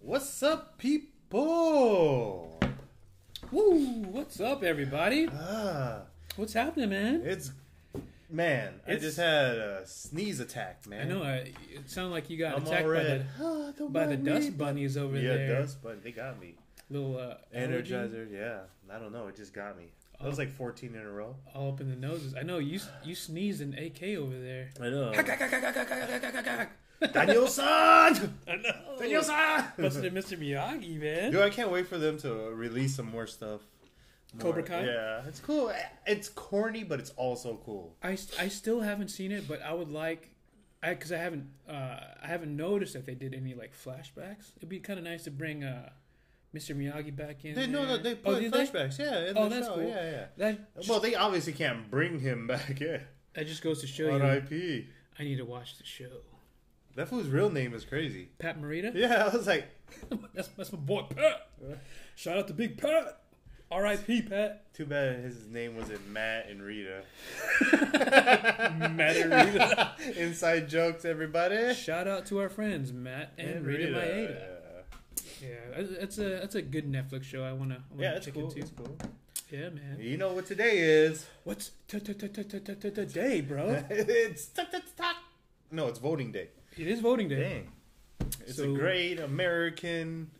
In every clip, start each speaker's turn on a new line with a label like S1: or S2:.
S1: What's up, people?
S2: Woo! What's up, everybody?
S1: Ah,
S2: What's happening, man?
S1: it's man. I
S2: It's-
S1: just had a sneeze attack, man.
S2: I know I, it sounded like you got
S1: I'm Ah,
S2: attacked
S1: all
S2: by
S1: red.
S2: the, by the dust bunnies over
S1: yeah,
S2: there.
S1: dust bun. They got me.
S2: Little uh, allergy
S1: Energizer. Yeah, I don't know. It just got me. That was like 14 in a row.
S2: all up in the noses. I know you you sneezed an AK over there.
S1: I know.
S2: I
S1: Daniel san.
S2: know.
S1: Daniel
S2: Must
S1: san.
S2: have been Mr. Miyagi, man.
S1: Yo, I can't wait for them to release some more stuff.
S2: Cobra Kai?
S1: Yeah, it's cool. It's corny, but it's also cool.
S2: I, st- I still haven't seen it, but I would like, I because I haven't uh, I haven't noticed that they did any like flashbacks. It'd be kind of nice to bring uh, Mr. Miyagi back in.
S1: They no, no,
S2: there.
S1: they
S2: Oh,
S1: put
S2: did they?
S1: flashbacks. Yeah, in
S2: Oh,
S1: the
S2: that's
S1: show.
S2: cool.
S1: Yeah, yeah.
S2: That just,
S1: Well, they obviously can't bring him back. Yeah.
S2: that just goes to show you.
S1: R.I.P.
S2: I need to watch the show.
S1: That fool's real name is crazy.
S2: Pat Morita.
S1: Yeah, I was like,
S2: that's that's my boy Pat. Shout out to Big Pat. R.I.P. Pat.
S1: too bad his name wasn't Matt and Rita.
S2: Matt and Rita.
S1: Inside jokes, everybody.
S2: Shout out to our friends Matt and, Rita, Maeda. Yeah, that's- that's a that's a good Netflix show. I wanna, I wanna
S1: Yeah, it's
S2: check
S1: cool.
S2: into.
S1: It's cool.
S2: Yeah, man.
S1: You know what today is?
S2: What's t- t- t- t- t- t- t- today, bro?
S1: it's tuck, tuck, tuck. no, it's voting day.
S2: It is voting day.
S1: Dang, it's
S2: So-
S1: a great American,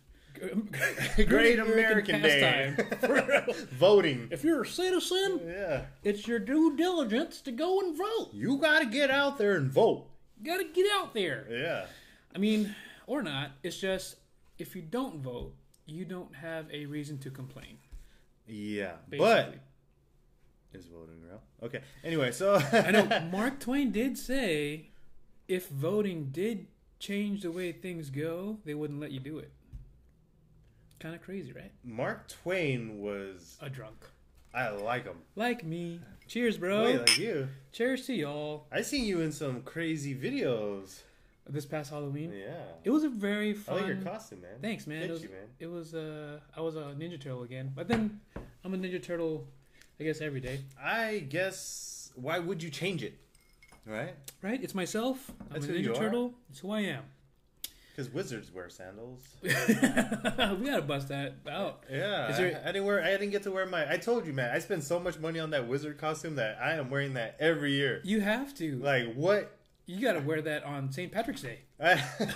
S2: Great,
S1: great American,
S2: pastime.
S1: day. voting.
S2: if you're a citizen,
S1: Yeah,
S2: it's your due diligence to go and vote.
S1: you gotta get out there and vote.
S2: You gotta get out there.
S1: Yeah.
S2: I mean, or not. It's just if you don't vote, you don't have a reason to complain.
S1: Yeah,
S2: Basically.
S1: but is voting real? Okay. Anyway, so
S2: I know Mark Twain did say if voting did change the way things go, they wouldn't let you do it. Kind of crazy, right?
S1: Mark Twain was
S2: A drunk.
S1: I like him.
S2: Like me. Cheers, bro.
S1: Wait, like you?
S2: Cheers to y'all.
S1: I seen you in some crazy videos.
S2: This past Halloween.
S1: Yeah.
S2: It was a very
S1: I
S2: fun.
S1: like your costume, man.
S2: Thanks, man.
S1: Thank
S2: it was,
S1: you, man.
S2: It was uh, I was a Ninja Turtle again, but then I'm a Ninja Turtle, I guess every day,
S1: I guess why would you change it? Right?
S2: right? It's myself. I'm
S1: That's
S2: a
S1: who
S2: Ninja
S1: you are.
S2: Turtle. It's who I am.
S1: Because wizards wear sandals.
S2: we gotta bust that out.
S1: Yeah.
S2: Is there-
S1: I, I didn't wear. I didn't get to wear my. I told you, man. I spend so much money on that wizard costume that I am wearing that every year.
S2: You have to.
S1: Like what?
S2: you gotta wear that on St. Patrick's Day,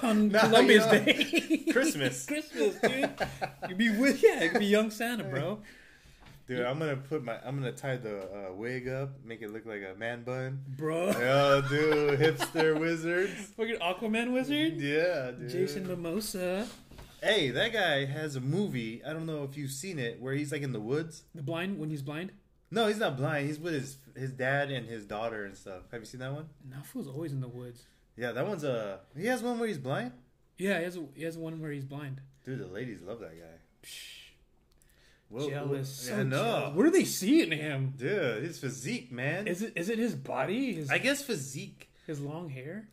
S2: on
S1: No, you
S2: Columbia's
S1: know,
S2: Day,
S1: Christmas.
S2: Christmas, dude. You'd be with yeah, you'd be young Santa, bro.
S1: Dude, I'm gonna put my I'm gonna tie the uh, wig up, make it look like a man bun.
S2: Bro,
S1: Oh, dude, hipster wizards.
S2: fucking Aquaman wizard,
S1: Yeah, dude.
S2: Jason Mimosa,
S1: Hey, that guy has a movie. I don't know if you've seen it, where he's like in the woods.
S2: the blind when he's blind.
S1: No, he's not blind. He's with his his dad and his daughter and stuff. Have you seen that one?
S2: Nafu's always in the woods.
S1: Yeah, that one's a. He has one where he's blind.
S2: Yeah, he has a, he has one where he's blind.
S1: Dude, the ladies love that guy.
S2: Psh,
S1: Whoa,
S2: jealous.
S1: whoa.
S2: So
S1: I know.
S2: jealous. Where do they see it in him?
S1: Dude, his physique, man.
S2: Is it is it his body? His
S1: I guess physique.
S2: his long hair?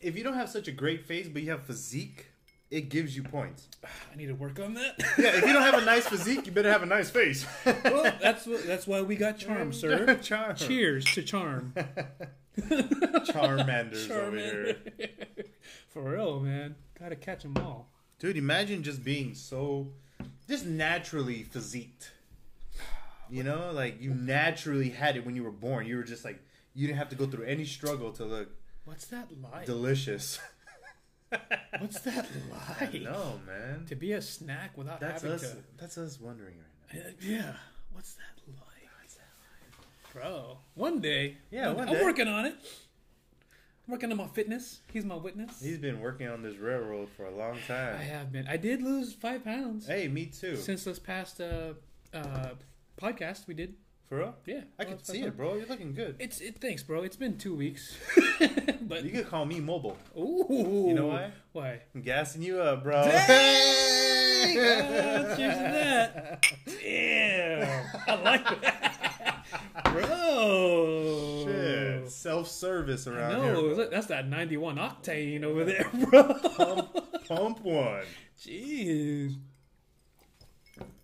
S1: If you don't have such a great face, but you have physique, it gives you points.
S2: I need to work on that.
S1: Yeah, if you don't have a nice physique, you better have a nice face.
S2: well, that's what, that's why we got charm, sir.
S1: Charm.
S2: Cheers to charm.
S1: Charmander's over
S2: Charmander.
S1: here.
S2: For real, man. Gotta catch 'em all.
S1: Dude, imagine just being so, just naturally physiqued. You know, like you naturally had it when you were born. You were just like, you didn't have to go through any struggle to look
S2: What's that like?
S1: delicious.
S2: What's that like?
S1: No, man.
S2: To be a snack without
S1: That's
S2: having
S1: us. That's us wondering right now.
S2: to. Yeah. What's that like? Bro, one day.
S1: Yeah, one
S2: I'm
S1: day.
S2: working on it. I'm working on my fitness. He's my witness.
S1: He's been working on this railroad for a long
S2: I
S1: time.
S2: have been. I did lose five pounds
S1: Hey, me too.
S2: since this past uh, uh, podcast we did.
S1: For real?
S2: Yeah,
S1: I
S2: lost
S1: can
S2: five
S1: see it,
S2: pounds.
S1: bro. You're looking good.
S2: It's it. Thanks, bro. It's been two weeks, but
S1: You could call me mobile.
S2: ooh,
S1: You know why?
S2: Why?
S1: I'm gassing you up, bro.
S2: Dang! Oh, cheers to that. Damn, I like that, bro.
S1: Shit. Self service around
S2: No,
S1: here.
S2: look, that's that 91 octane over there, bro.
S1: Pump one.
S2: Jeez.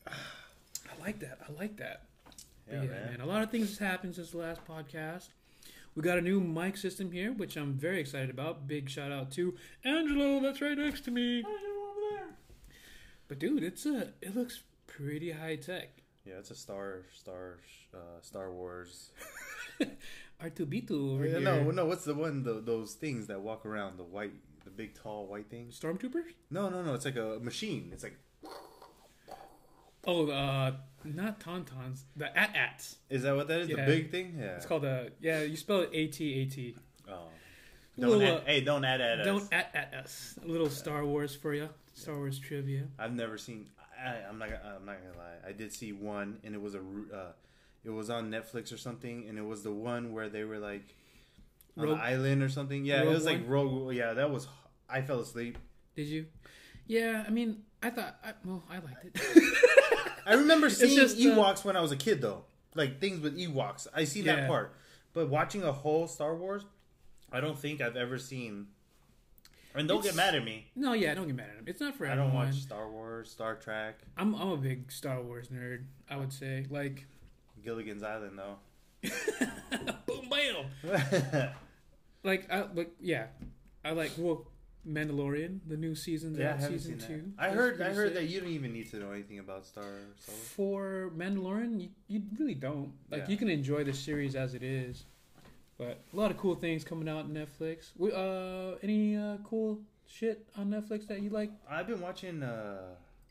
S2: I like that. I like that. But
S1: Yeah,
S2: yeah,
S1: man.
S2: man. A lot of things has happened since the last podcast. We got a new mic system here, which I'm very excited about. Big shout out to Angelo, that's right next to me. But dude, it's a it looks pretty high tech.
S1: Yeah, it's a Star Star uh, Star Wars.
S2: R two B two over
S1: Yeah,
S2: here.
S1: no, no. What's the one? The, those things that walk around the white, the big tall white things.
S2: Stormtroopers?
S1: No, no, no. It's like a machine. It's like
S2: Oh, the, uh, not tauntauns. The at-ats.
S1: is that what that is?
S2: Yeah.
S1: The big thing. Yeah.
S2: It's called a yeah. You spell it A T A T.
S1: Oh.
S2: Well,
S1: Don't add,
S2: uh,
S1: hey, don't add at us.
S2: Don't at at us. A little Star Wars for you. Star Wars trivia.
S1: I've never seen. I, I'm not. gonna- I'm not gonna lie. I did see one, and it was a. ru- Uh, it was on Netflix or something, and it was the one where they were like on
S2: Rogue-
S1: an island or something. Yeah, it
S2: Rogue
S1: was like
S2: One?
S1: Rogue. Yeah, that was. I fell asleep.
S2: Did you? Yeah. I mean, I thought. I, well, I liked it.
S1: I remember seeing
S2: just, uh,
S1: Ewoks when I was a kid, though. Like things with Ewoks, I see
S2: Yeah.
S1: that part. But watching a whole Star Wars, I don't think I've ever seen. And don't
S2: It's-
S1: get mad at me.
S2: no, yeah. Don't get mad at him. It's not for
S1: I don't
S2: everyone.
S1: watch Star Wars, Star Trek,
S2: I'm I'm a big Star Wars nerd. I would say like.
S1: Gilligan's Island, though.
S2: boom bam. Like I like yeah. I like well, Mandalorian. The new season.
S1: Yeah, I
S2: out,
S1: haven't
S2: season
S1: seen
S2: two.
S1: that. I
S2: That's
S1: heard. I
S2: pretty
S1: heard
S2: sick.
S1: that you don't even need to know anything about Star. Star Wars.
S2: for Mandalorian, you, you really don't. Like,
S1: Yeah.
S2: you can enjoy the series as it is. But a lot of cool things coming out on Netflix. We, uh, any uh, cool shit on Netflix that you like?
S1: I've been watching. uh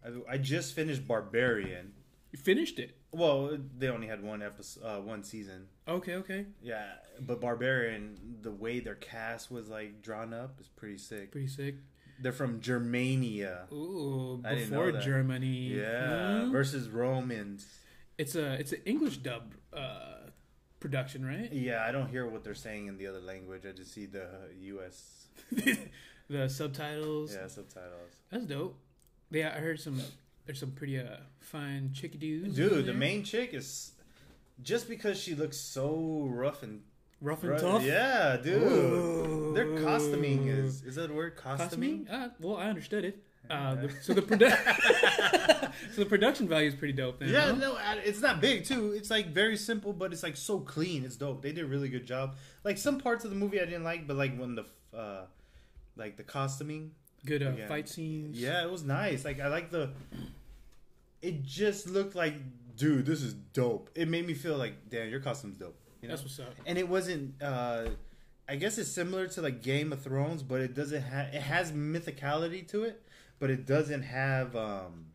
S1: I, I just finished Barbarian.
S2: You finished it.
S1: Well, they only had one episode, uh, one season.
S2: Okay, okay.
S1: Yeah, but Barbarian, the way their cast was like drawn up is pretty Mm-hmm. sick.
S2: Pretty sick.
S1: They're from Germania.
S2: Ooh,
S1: I didn't
S2: before
S1: know that.
S2: Germany.
S1: Yeah,
S2: Hmm?
S1: versus Romans.
S2: It's a it's an English dub uh, production, right?
S1: Yeah, I don't hear what they're saying in the other language. I just see the U.S.
S2: the subtitles.
S1: Yeah subtitles.
S2: That's dope. Yeah, I heard some. There's some pretty uh, fine chickadees. in
S1: Dude, the
S2: there.
S1: main chick is just because she looks so rough and
S2: rough and
S1: Right,
S2: tough.
S1: Yeah, dude. Their
S2: Ooh.
S1: costuming is is that a word? Costuming?
S2: Costuming? Uh, well, I understood it. Uh, the, so the produ- so the production value is pretty dope. Then,
S1: Yeah,
S2: huh?
S1: no, I- it's not big too. It's like very simple, but it's like so clean. It's dope. They did a really good job. Like some parts of the movie I didn't like, but like when the uh like the costuming,
S2: good uh,
S1: Yeah.
S2: fight scenes.
S1: yeah, it was nice. Like I like the. It just looked like, dude, this is dope. It made me feel like, damn, your costume's dope. You know?
S2: that's what's up.
S1: and it wasn't uh i guess it's similar to like game of thrones but it doesn't have it has mythicality to it but it doesn't have um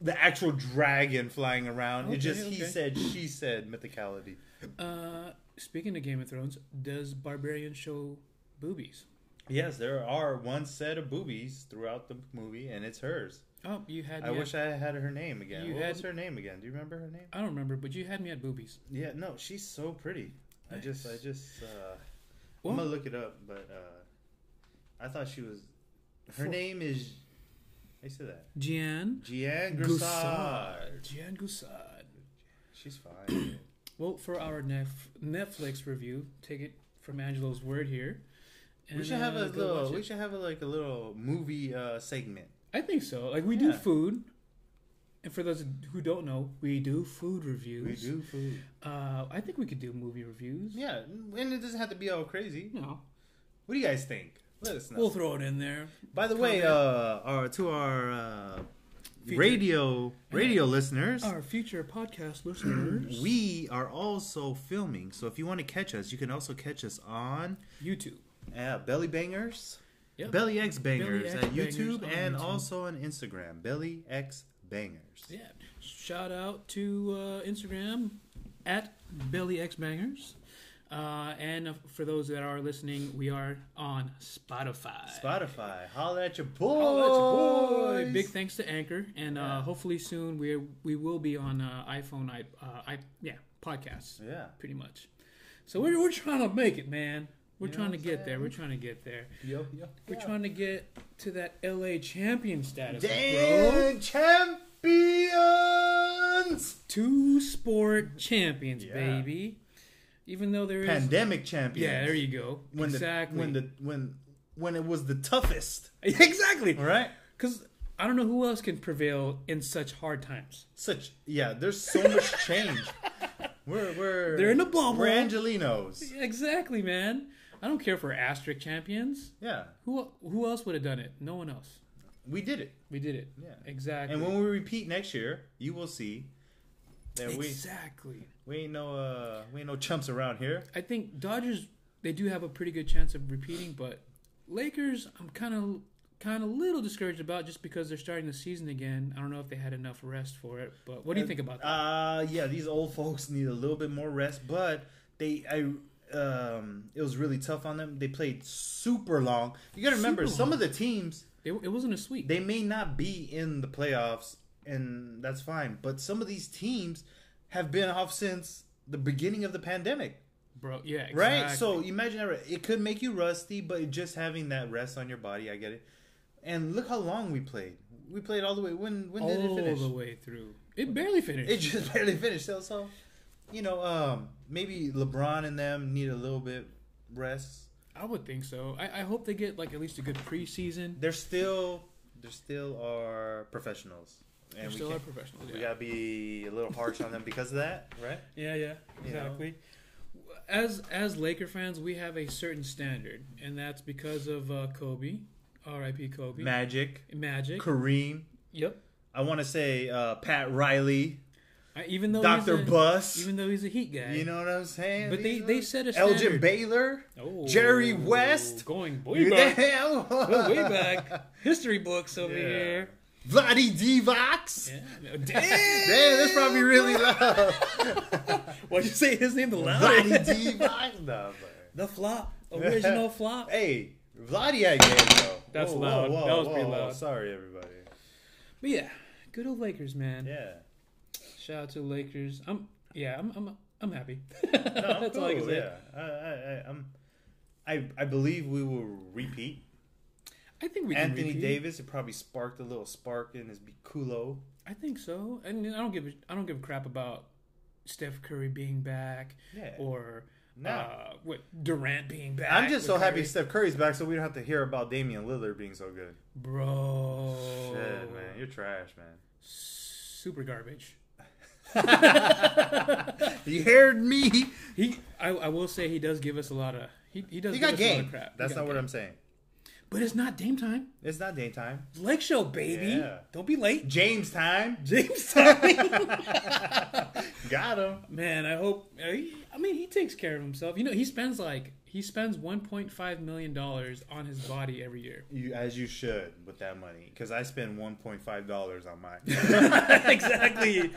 S1: the actual dragon flying around
S2: Okay,
S1: it just he
S2: okay.
S1: said she said mythicality
S2: Uh, speaking of Game of Thrones, does Barbarian show boobies?
S1: yes there are one set of boobies throughout the movie and it's hers
S2: Oh, you had.
S1: i
S2: me
S1: wish
S2: At,
S1: i had her name again
S2: You
S1: what
S2: had-
S1: was her name again do you remember her name
S2: I don't remember, but you had me at boobies.
S1: yeah no she's so pretty i just i just uh
S2: Well,
S1: I'm gonna look it up, but uh, I thought she was. Her
S2: For-
S1: name is. I say that.
S2: Jeanne
S1: Jeanne
S2: Gusard.
S1: Groussard.
S2: Jeanne Gusard.
S1: She's fine.
S2: Well, for our nef- Netflix review, take it from Angelo's word here.
S1: we should
S2: and,
S1: have a
S2: uh, go
S1: little.
S2: watch
S1: We
S2: it.
S1: should have a, like a little movie uh, segment.
S2: I think so. Like we do
S1: Yeah.
S2: food, and for those who don't know, we do food reviews.
S1: We do food.
S2: Uh, I think we could do movie reviews.
S1: Yeah, and it doesn't have to be all crazy.
S2: You know,
S1: What do you guys think? Let us know.
S2: we'll throw it in there.
S1: By the way,
S2: comment.
S1: uh, our to our uh,
S2: Feature.
S1: radio radio listeners.
S2: Our future podcast listeners,
S1: we are also filming, so if you want to catch us, you can also catch us on
S2: YouTube.
S1: uh, Belly Bangers
S2: Yep.
S1: Belly X Bangers
S2: Belly X
S1: at YouTube
S2: Bangers on
S1: and
S2: YouTube.
S1: also on Instagram. Belly X Bangers.
S2: Yeah. Shout out to uh, Instagram at BellyXBangers. Uh, and uh, for those that are listening, we are on Spotify.
S1: Spotify, holla at your boy.
S2: Holla at your boy. Big thanks to Anchor, and uh,
S1: Yeah.
S2: hopefully soon we we will be on uh, iPhone, i uh, i yeah podcasts,
S1: Yeah.
S2: pretty much. So we're we're trying to make it, man. We're
S1: You know
S2: trying to
S1: what I'm
S2: get there.
S1: saying?
S2: We're trying to get there.
S1: Yo, yo.
S2: We're trying to get to that LA champion status, bro.
S1: Damn champions.
S2: Two sport champions,
S1: Yeah.
S2: baby. Even though there is,
S1: Pandemic champions.
S2: yeah, there you go.
S1: when
S2: exactly.
S1: The, when the when when it was the toughest.
S2: exactly.
S1: Right.
S2: Because I don't know who else can prevail in such hard times.
S1: Such yeah. There's so much change. We're we're
S2: They're in a bubble.
S1: We're Angelinos.
S2: Exactly, man. I don't care for asterisk champions.
S1: Yeah.
S2: Who who else would have done it? No one else.
S1: We did it.
S2: We did it.
S1: Yeah.
S2: Exactly.
S1: And when we repeat next year, you will see that we
S2: exactly.
S1: we ain't no uh we ain't no chumps around here.
S2: I think Dodgers they do have a pretty good chance of repeating, but Lakers I'm kind of kind of little discouraged about just because they're starting the season again. I don't know if they had enough rest for it, but what do you think about that?
S1: Uh yeah, these old folks need a little bit more rest, but they I um it was really tough on them. They played super long. You got to remember
S2: Super
S1: some of the teams
S2: It, it wasn't a sweep.
S1: they may not be in the playoffs and that's fine, but some of these teams have been off since the beginning of the pandemic.
S2: Bro, yeah, exactly.
S1: Right? So imagine that. It could make you rusty, but just having that rest on your body, I get it. And look how long we played. We played all the way. When when did
S2: all
S1: it finish?
S2: the way through. It barely finished.
S1: It just barely finished. So, so you know, um, maybe LeBron and them need a little bit rest.
S2: I would think so. I, I hope they get like at least a good preseason.
S1: They're still they're still are professionals,
S2: They're
S1: and we,
S2: still our
S1: can't,
S2: professionals.
S1: we
S2: yeah.
S1: gotta be a little harsh on them because of that, right?
S2: Yeah, yeah,
S1: You know?
S2: exactly. As as Laker fans, we have a certain standard, and that's because of uh, Kobe, R.I.P. Kobe,
S1: Magic,
S2: Magic.
S1: Kareem.
S2: Yep.
S1: I want to say uh, Pat Riley,
S2: I, even though
S1: Doctor
S2: he's a-
S1: Bus.
S2: even though he's a Heat guy,
S1: You know what I'm saying?
S2: But they-
S1: These
S2: they
S1: are-
S2: set a
S1: Elgin
S2: standard.
S1: Baylor.
S2: Oh,
S1: Jerry West?
S2: going way
S1: You
S2: back,
S1: damn.
S2: way back, history books over
S1: Yeah.
S2: here.
S1: Vladdy Divox.
S2: Yeah. Damn.
S1: Damn, that's probably really loud.
S2: Why'd you say his name the
S1: Vladdy
S2: loudest?
S1: Divox. Nah, but-
S2: the flop, original flop.
S1: hey, Vladdy had game though.
S2: That's loud. That was pretty loud.
S1: Sorry, everybody.
S2: But yeah, good old Lakers, man.
S1: Yeah.
S2: Shout out to the Lakers. I'm yeah, I'm I'm I'm happy.
S1: No, I'm
S2: That's all I can
S1: cool,
S2: say.
S1: Yeah. I, I, I, I'm, I, I believe we will repeat.
S2: I think we can
S1: Anthony
S2: repeat.
S1: Davis, it probably sparked a little spark in his culo.
S2: I think so. And I don't give a, I don't give a crap about Steph Curry being back
S1: Yeah.
S2: or
S1: No.
S2: uh, what Durant being back.
S1: I'm just
S2: with
S1: so happy
S2: Curry.
S1: Steph Curry's back, so we don't have to hear about Damian Lillard being so good.
S2: bro.
S1: Shit,
S2: Oh.
S1: man, you're trash, man.
S2: super garbage.
S1: You heard me.
S2: He, I, I will say he does give us a lot of he, he does
S1: He
S2: give
S1: got
S2: us a lot
S1: game.
S2: of crap. He
S1: That's
S2: got
S1: not what
S2: game.
S1: I'm saying.
S2: But it's not Dame time.
S1: It's not daytime.
S2: It's Lake show, baby.
S1: Yeah.
S2: Don't be late.
S1: James time.
S2: James time.
S1: Got him.
S2: Man, I hope. I mean, he takes care of himself. You know, he spends like he spends 1.5 million dollars on his body every year.
S1: You, as you should with that money, because I spend one point five dollars on mine.
S2: exactly.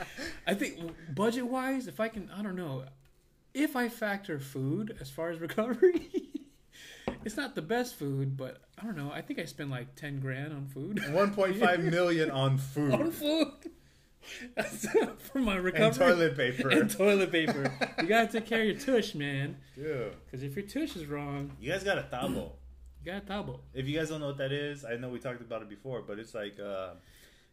S2: I think budget wise, if I can, I don't know, if I factor food as far as recovery, it's not the best food, but I don't know. I think I spend like 10 grand on food.
S1: one point five million on food
S2: on food. That's for my recovery.
S1: Hmm. and toilet paper.
S2: And toilet paper. you gotta take care of your tush, man.
S1: Dude,
S2: Because if your tush is wrong,
S1: you guys got a tabo.
S2: you got a tabo.
S1: If you guys don't know what that is, I know we talked about it before, but it's like, uh,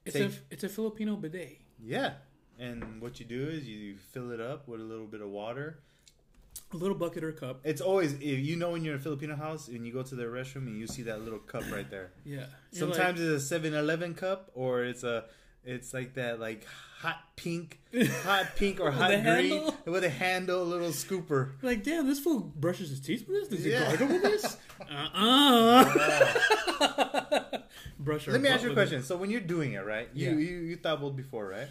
S2: It's
S1: Take-
S2: a it's a Filipino bidet.
S1: yeah. And what you do is you fill it up with a little bit of water,
S2: A little bucket or cup.
S1: It's always if you know when you're in a Filipino house and you go to their restroom and you see that little cup right there.
S2: Yeah. You're like-
S1: Sometimes it's a 7-Eleven cup or it's a it's like that like hot pink, hot pink or
S2: With
S1: hot
S2: a
S1: green
S2: handle?
S1: with a handle, a little scooper.
S2: you're like, damn, this fool brushes his teeth with this. Does
S1: Yeah.
S2: he gargle with this? Uh uh Brush.
S1: Let me ask you a question. So when you're doing it, right? You
S2: Yeah.
S1: you you dabbled before, right?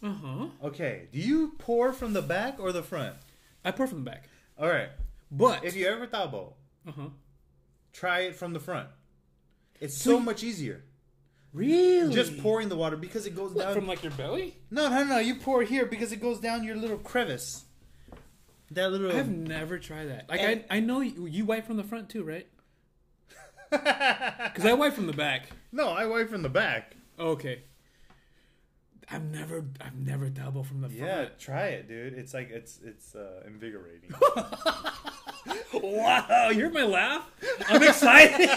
S2: Uh huh.
S1: Okay. Do you pour from the back or the front?
S2: I pour from the back,
S1: All right.
S2: but
S1: If you ever dabble,
S2: uh huh.
S1: try it from the front. It's so much easier.
S2: Really?
S1: Just pouring the water because it goes
S2: What,
S1: down
S2: from like your belly.
S1: No, no, no. You pour here because it goes down your little crevice. That little.
S2: I've never tried that. Like
S1: And-
S2: I, I know you, you wipe from the front too, right? Because I wipe from the back.
S1: no, I wipe from the back.
S2: Okay. I've never, I've never double from the
S1: Yeah,
S2: front.
S1: try it, dude. It's like it's it's uh, invigorating.
S2: Wow, you heard my laugh? I'm excited.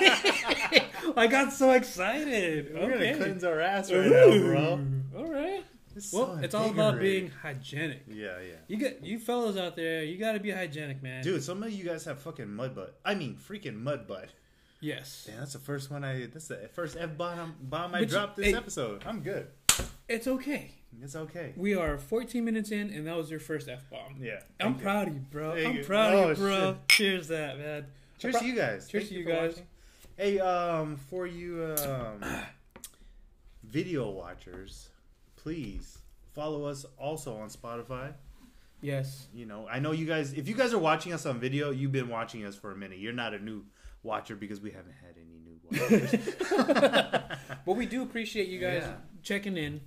S2: I got so excited.
S1: We're
S2: okay.
S1: gonna cleanse our ass right now, bro.
S2: All right.
S1: It's so
S2: Well, it's all about being
S1: invigorating.
S2: hygienic.
S1: Yeah, yeah.
S2: You got you fellas out there, you got to be hygienic, man.
S1: Dude, some of you guys have fucking mud butt. I mean, freaking mud butt.
S2: Yes.
S1: Damn, that's the first one I. That's the first f bomb bomb
S2: But
S1: I
S2: you-
S1: dropped this
S2: hey-
S1: episode. I'm good.
S2: It's okay.
S1: It's okay.
S2: We are 14 minutes in, and that was your first f bomb.
S1: Yeah.
S2: I'm
S1: Thank you.
S2: proud of you, bro.
S1: Thank
S2: I'm
S1: you.
S2: proud
S1: Oh,
S2: of you, bro. Cheers, to that man.
S1: Cheers to you guys.
S2: Cheers
S1: Thank
S2: to you
S1: for
S2: guys.
S1: watching. Hey, um, for you, um, video watchers, please follow us also on Spotify.
S2: Yes.
S1: You know, I know you guys. If you guys are watching us on video, you've been watching us for a minute. You're not a new watcher because we haven't had any new watchers.
S2: But we do appreciate you guys
S1: Yeah.
S2: checking in.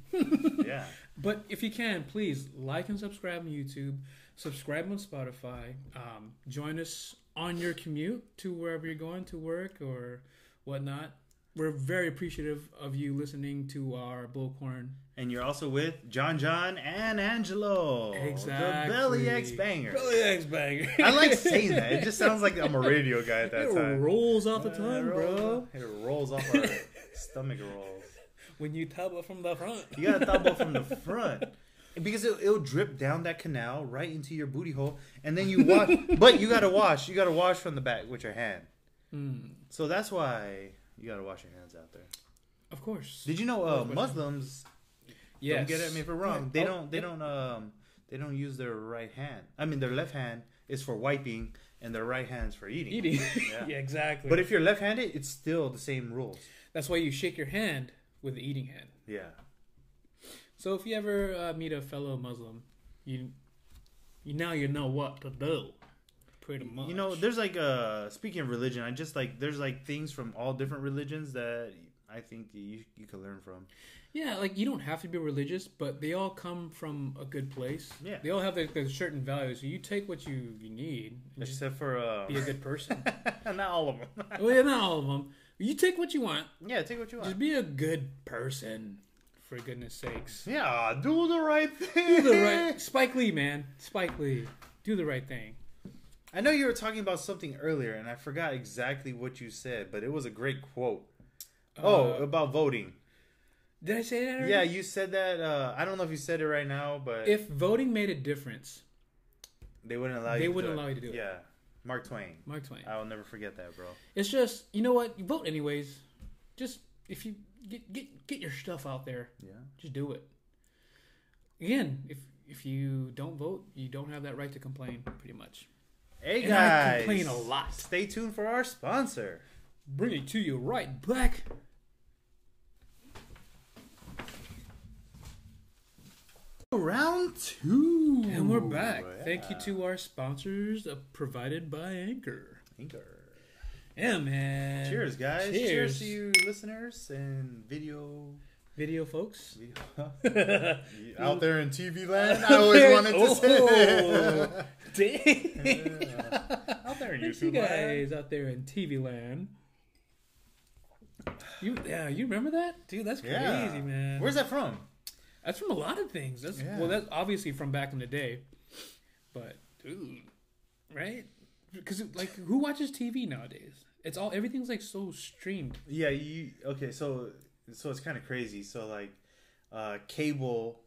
S1: yeah,
S2: But if you can, please like and subscribe on YouTube, subscribe on Spotify, um, join us on your commute to wherever you're going to work or whatnot. We're very appreciative of you listening to our Bullcorn.
S1: and you're also with John, John, and Angelo,
S2: Exactly.
S1: the Belly X Banger.
S2: X banger.
S1: I like saying that. It just sounds like I'm a radio guy at that
S2: it
S1: time.
S2: rolls off the
S1: Yeah,
S2: tongue,
S1: it rolls
S2: bro.
S1: off- It rolls off our stomach rolls.
S2: When you tub it from the front.
S1: You gotta thumble from the front. Because it, it'll drip down that canal right into your booty hole, and then you wash. but you gotta wash. You gotta wash from the back with your hand.
S2: Hmm.
S1: So that's why you gotta wash your hands out there.
S2: Of course.
S1: Did you know uh, Muslims?
S2: Yes.
S1: Don't get at me if I'm wrong.
S2: Right.
S1: They
S2: Oh,
S1: don't. They
S2: yep.
S1: don't. Um, they don't use their right hand. I mean, their left hand is for wiping, and their right hand's for eating.
S2: Eating.
S1: Yeah.
S2: Yeah, exactly.
S1: But if you're left-handed, it's still the same rules.
S2: That's why you shake your hand with the eating hand.
S1: Yeah.
S2: So if you ever uh, meet a fellow Muslim, you, you now you know what to do. Pretty much.
S1: You know, there's like uh speaking of religion, I just like there's like things from all different religions that I think that you you can learn from.
S2: yeah, like you don't have to be religious, but they all come from a good place.
S1: Yeah.
S2: they all have their, their certain values. So you take what you, you need and just
S1: Except for uh
S2: be a good person.
S1: not all of them.
S2: well, yeah, not all of them. You take what you want.
S1: yeah, take what you want.
S2: Just be a good person, for goodness sakes.
S1: Yeah, do the right thing.
S2: Do the right, Spike Lee, man, Spike Lee, do the right thing.
S1: I know you were talking about something earlier and I forgot exactly what you said, but it was a great quote. oh,
S2: Uh,
S1: about voting.
S2: did I say that? Already?
S1: Yeah, you said that uh I don't know if you said it right now, but
S2: If voting made a difference,
S1: they wouldn't allow you
S2: They
S1: to
S2: wouldn't
S1: do
S2: allow you to do it.
S1: Yeah. Mark Twain.
S2: Mark Twain.
S1: I will never forget that, bro.
S2: It's just you know what you vote anyways. Just if you get get get your stuff out there,
S1: Yeah.
S2: just do it. Again, if if you don't vote, you don't have that right to complain. Pretty much.
S1: Hey
S2: And
S1: guys.
S2: I complain a lot.
S1: Stay tuned for our sponsor.
S2: Bring it to you right back.
S1: Round two.
S2: And we're back.
S1: Yeah.
S2: Thank you to our sponsors uh, provided by Anchor.
S1: Anchor.
S2: Yeah, man.
S1: Cheers, guys. Cheers.
S2: Cheers.
S1: to you listeners and video,
S2: Video folks.
S1: video out there in TV land. I always wanted to say
S2: Oh, dang.
S1: out there in
S2: Thanks you
S1: YouTube land.
S2: guys out there in TV land. You yeah, you remember that? Dude, that's crazy,
S1: Yeah.
S2: man.
S1: Where's that from?
S2: that's from a lot of things. That's
S1: Yeah.
S2: well that's obviously from back in the day. But dude, right? Because like who watches TV nowadays? It's all everything's like so streamed.
S1: Yeah, you okay? So, so it's kind of crazy. So like, uh, cable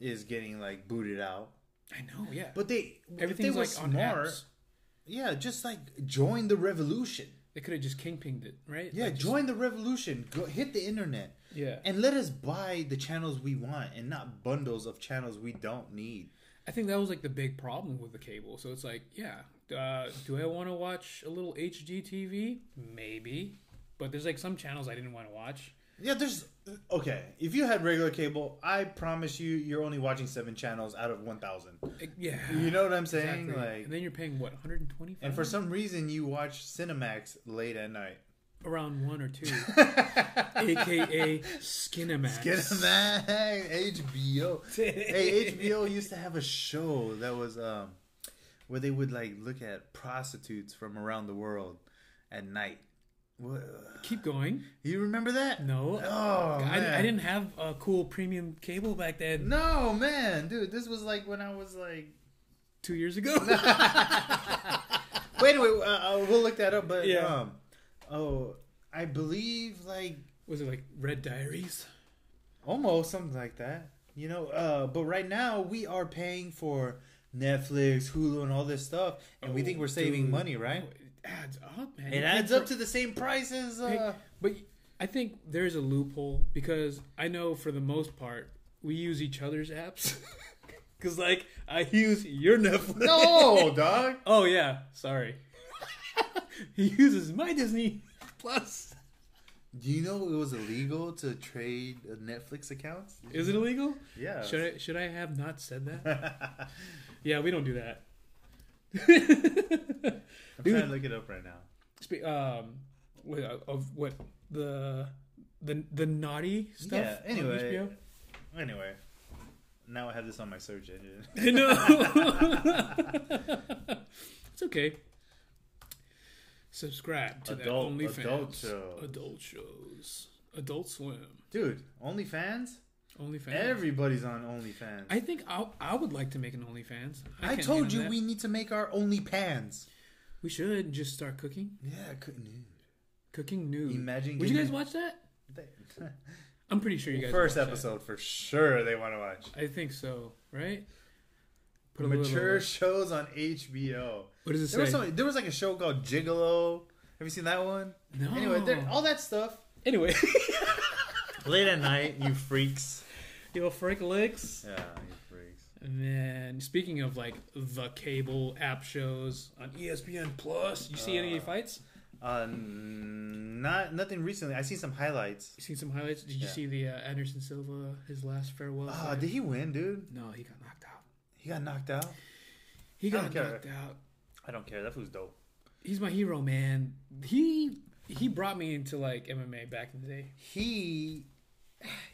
S1: is getting like booted out,
S2: I know, yeah.
S1: but they if they
S2: everything's
S1: were
S2: like on
S1: smart,
S2: apps.
S1: yeah, just like join the revolution.
S2: They could have just kingpinged it, right?
S1: Yeah,
S2: Like, just-
S1: join the revolution. Go, hit the internet.
S2: yeah.
S1: And let us buy the channels we want and not bundles of channels we don't need.
S2: I think that was like the big problem with the cable. So it's like, yeah, uh, do I want to watch a little HD TV? Maybe, but there's like some channels I didn't want to watch.
S1: Yeah, there's okay. If you had regular cable, I promise you, you're only watching seven channels out of one thousand.
S2: Like, yeah,
S1: You know what I'm saying?
S2: exactly.
S1: Like,
S2: and then you're paying what 125
S1: and for some reason, you watch Cinemax late at night.
S2: around one or two, aka Skinamax.
S1: Cinemax, HBO. hey, HBO used to have a show that was um, where they would like look at prostitutes from around the world at night. What,
S2: Keep going.
S1: you remember that?
S2: No,
S1: Oh,
S2: I,
S1: man.
S2: I didn't have a cool premium cable back then.
S1: No, man, dude, this was like when I was like.
S2: Two years ago.
S1: Wait, wait, uh, uh, we'll look that up. But
S2: Yeah.
S1: um, oh, I believe like
S2: was it like Red Diaries?
S1: almost something like that. You know, uh, but right now we are paying for Netflix, Hulu, and all this stuff, and we
S2: Oh,
S1: think we're saving
S2: dude.
S1: money, right?
S2: Oh, It adds up, man. You
S1: It
S2: pay
S1: adds
S2: for-
S1: up to the same price as. Uh,
S2: But I think there's a loophole because I know for the most part we use each other's apps. Cause like I use your Netflix.
S1: no, dog.
S2: Oh yeah, sorry. he uses my Disney Plus.
S1: Do you know it was illegal to trade uh, Netflix accounts?
S2: Is it illegal?
S1: Yeah.
S2: Should I should I have not said that? Yeah, we don't do that.
S1: I'm
S2: Dude.
S1: trying to look it up right now.
S2: Spe- um, wait, uh, of what the the the naughty stuff?
S1: Yeah,
S2: on
S1: anyway. Anyway, now I have this on my search engine.
S2: HBO? no, it's okay. Subscribe to
S1: Adult-
S2: that OnlyFans.
S1: adult shows.
S2: Adult shows. Adult Swim.
S1: Dude, OnlyFans?
S2: OnlyFans.
S1: Everybody's on OnlyFans.
S2: I think I I would like to make an OnlyFans.
S1: I,
S2: can't
S1: told
S2: handle
S1: you
S2: that.
S1: we need to make our OnlyPans.
S2: we should just start cooking.
S1: Yeah, I couldn't.
S2: Cooking nude.
S1: Imagine
S2: Would you
S1: getting-
S2: guys watch that?
S1: They-
S2: I'm pretty sure you guys
S1: First
S2: watched that.
S1: episode for sure they want to watch.
S2: I think so, right? Put a little-
S1: Mature shows on HBO.
S2: What does it
S1: There was,
S2: say?
S1: some, there was like a show called Gigolo. Have you seen that one?
S2: No.
S1: Anyway, there- all that stuff.
S2: Anyway,
S1: Late at night, you freaks.
S2: yo, Frank Licks.
S1: Yeah, you freaks.
S2: And then, speaking of like the cable app shows on E ESPN Plus, you see any
S1: Uh,
S2: fights?
S1: Uh, not nothing recently. I seen some highlights.
S2: You seen some highlights? Did you
S1: yeah.
S2: see the uh, Anderson Silva his last farewell?
S1: Uh,
S2: fight?
S1: did he win, dude?
S2: no, he got knocked out.
S1: He got knocked out.
S2: He
S1: don't
S2: got
S1: care.
S2: knocked out.
S1: I don't care. That food's dope.
S2: He's my hero, man. He he brought me into like MMA back in the day.
S1: He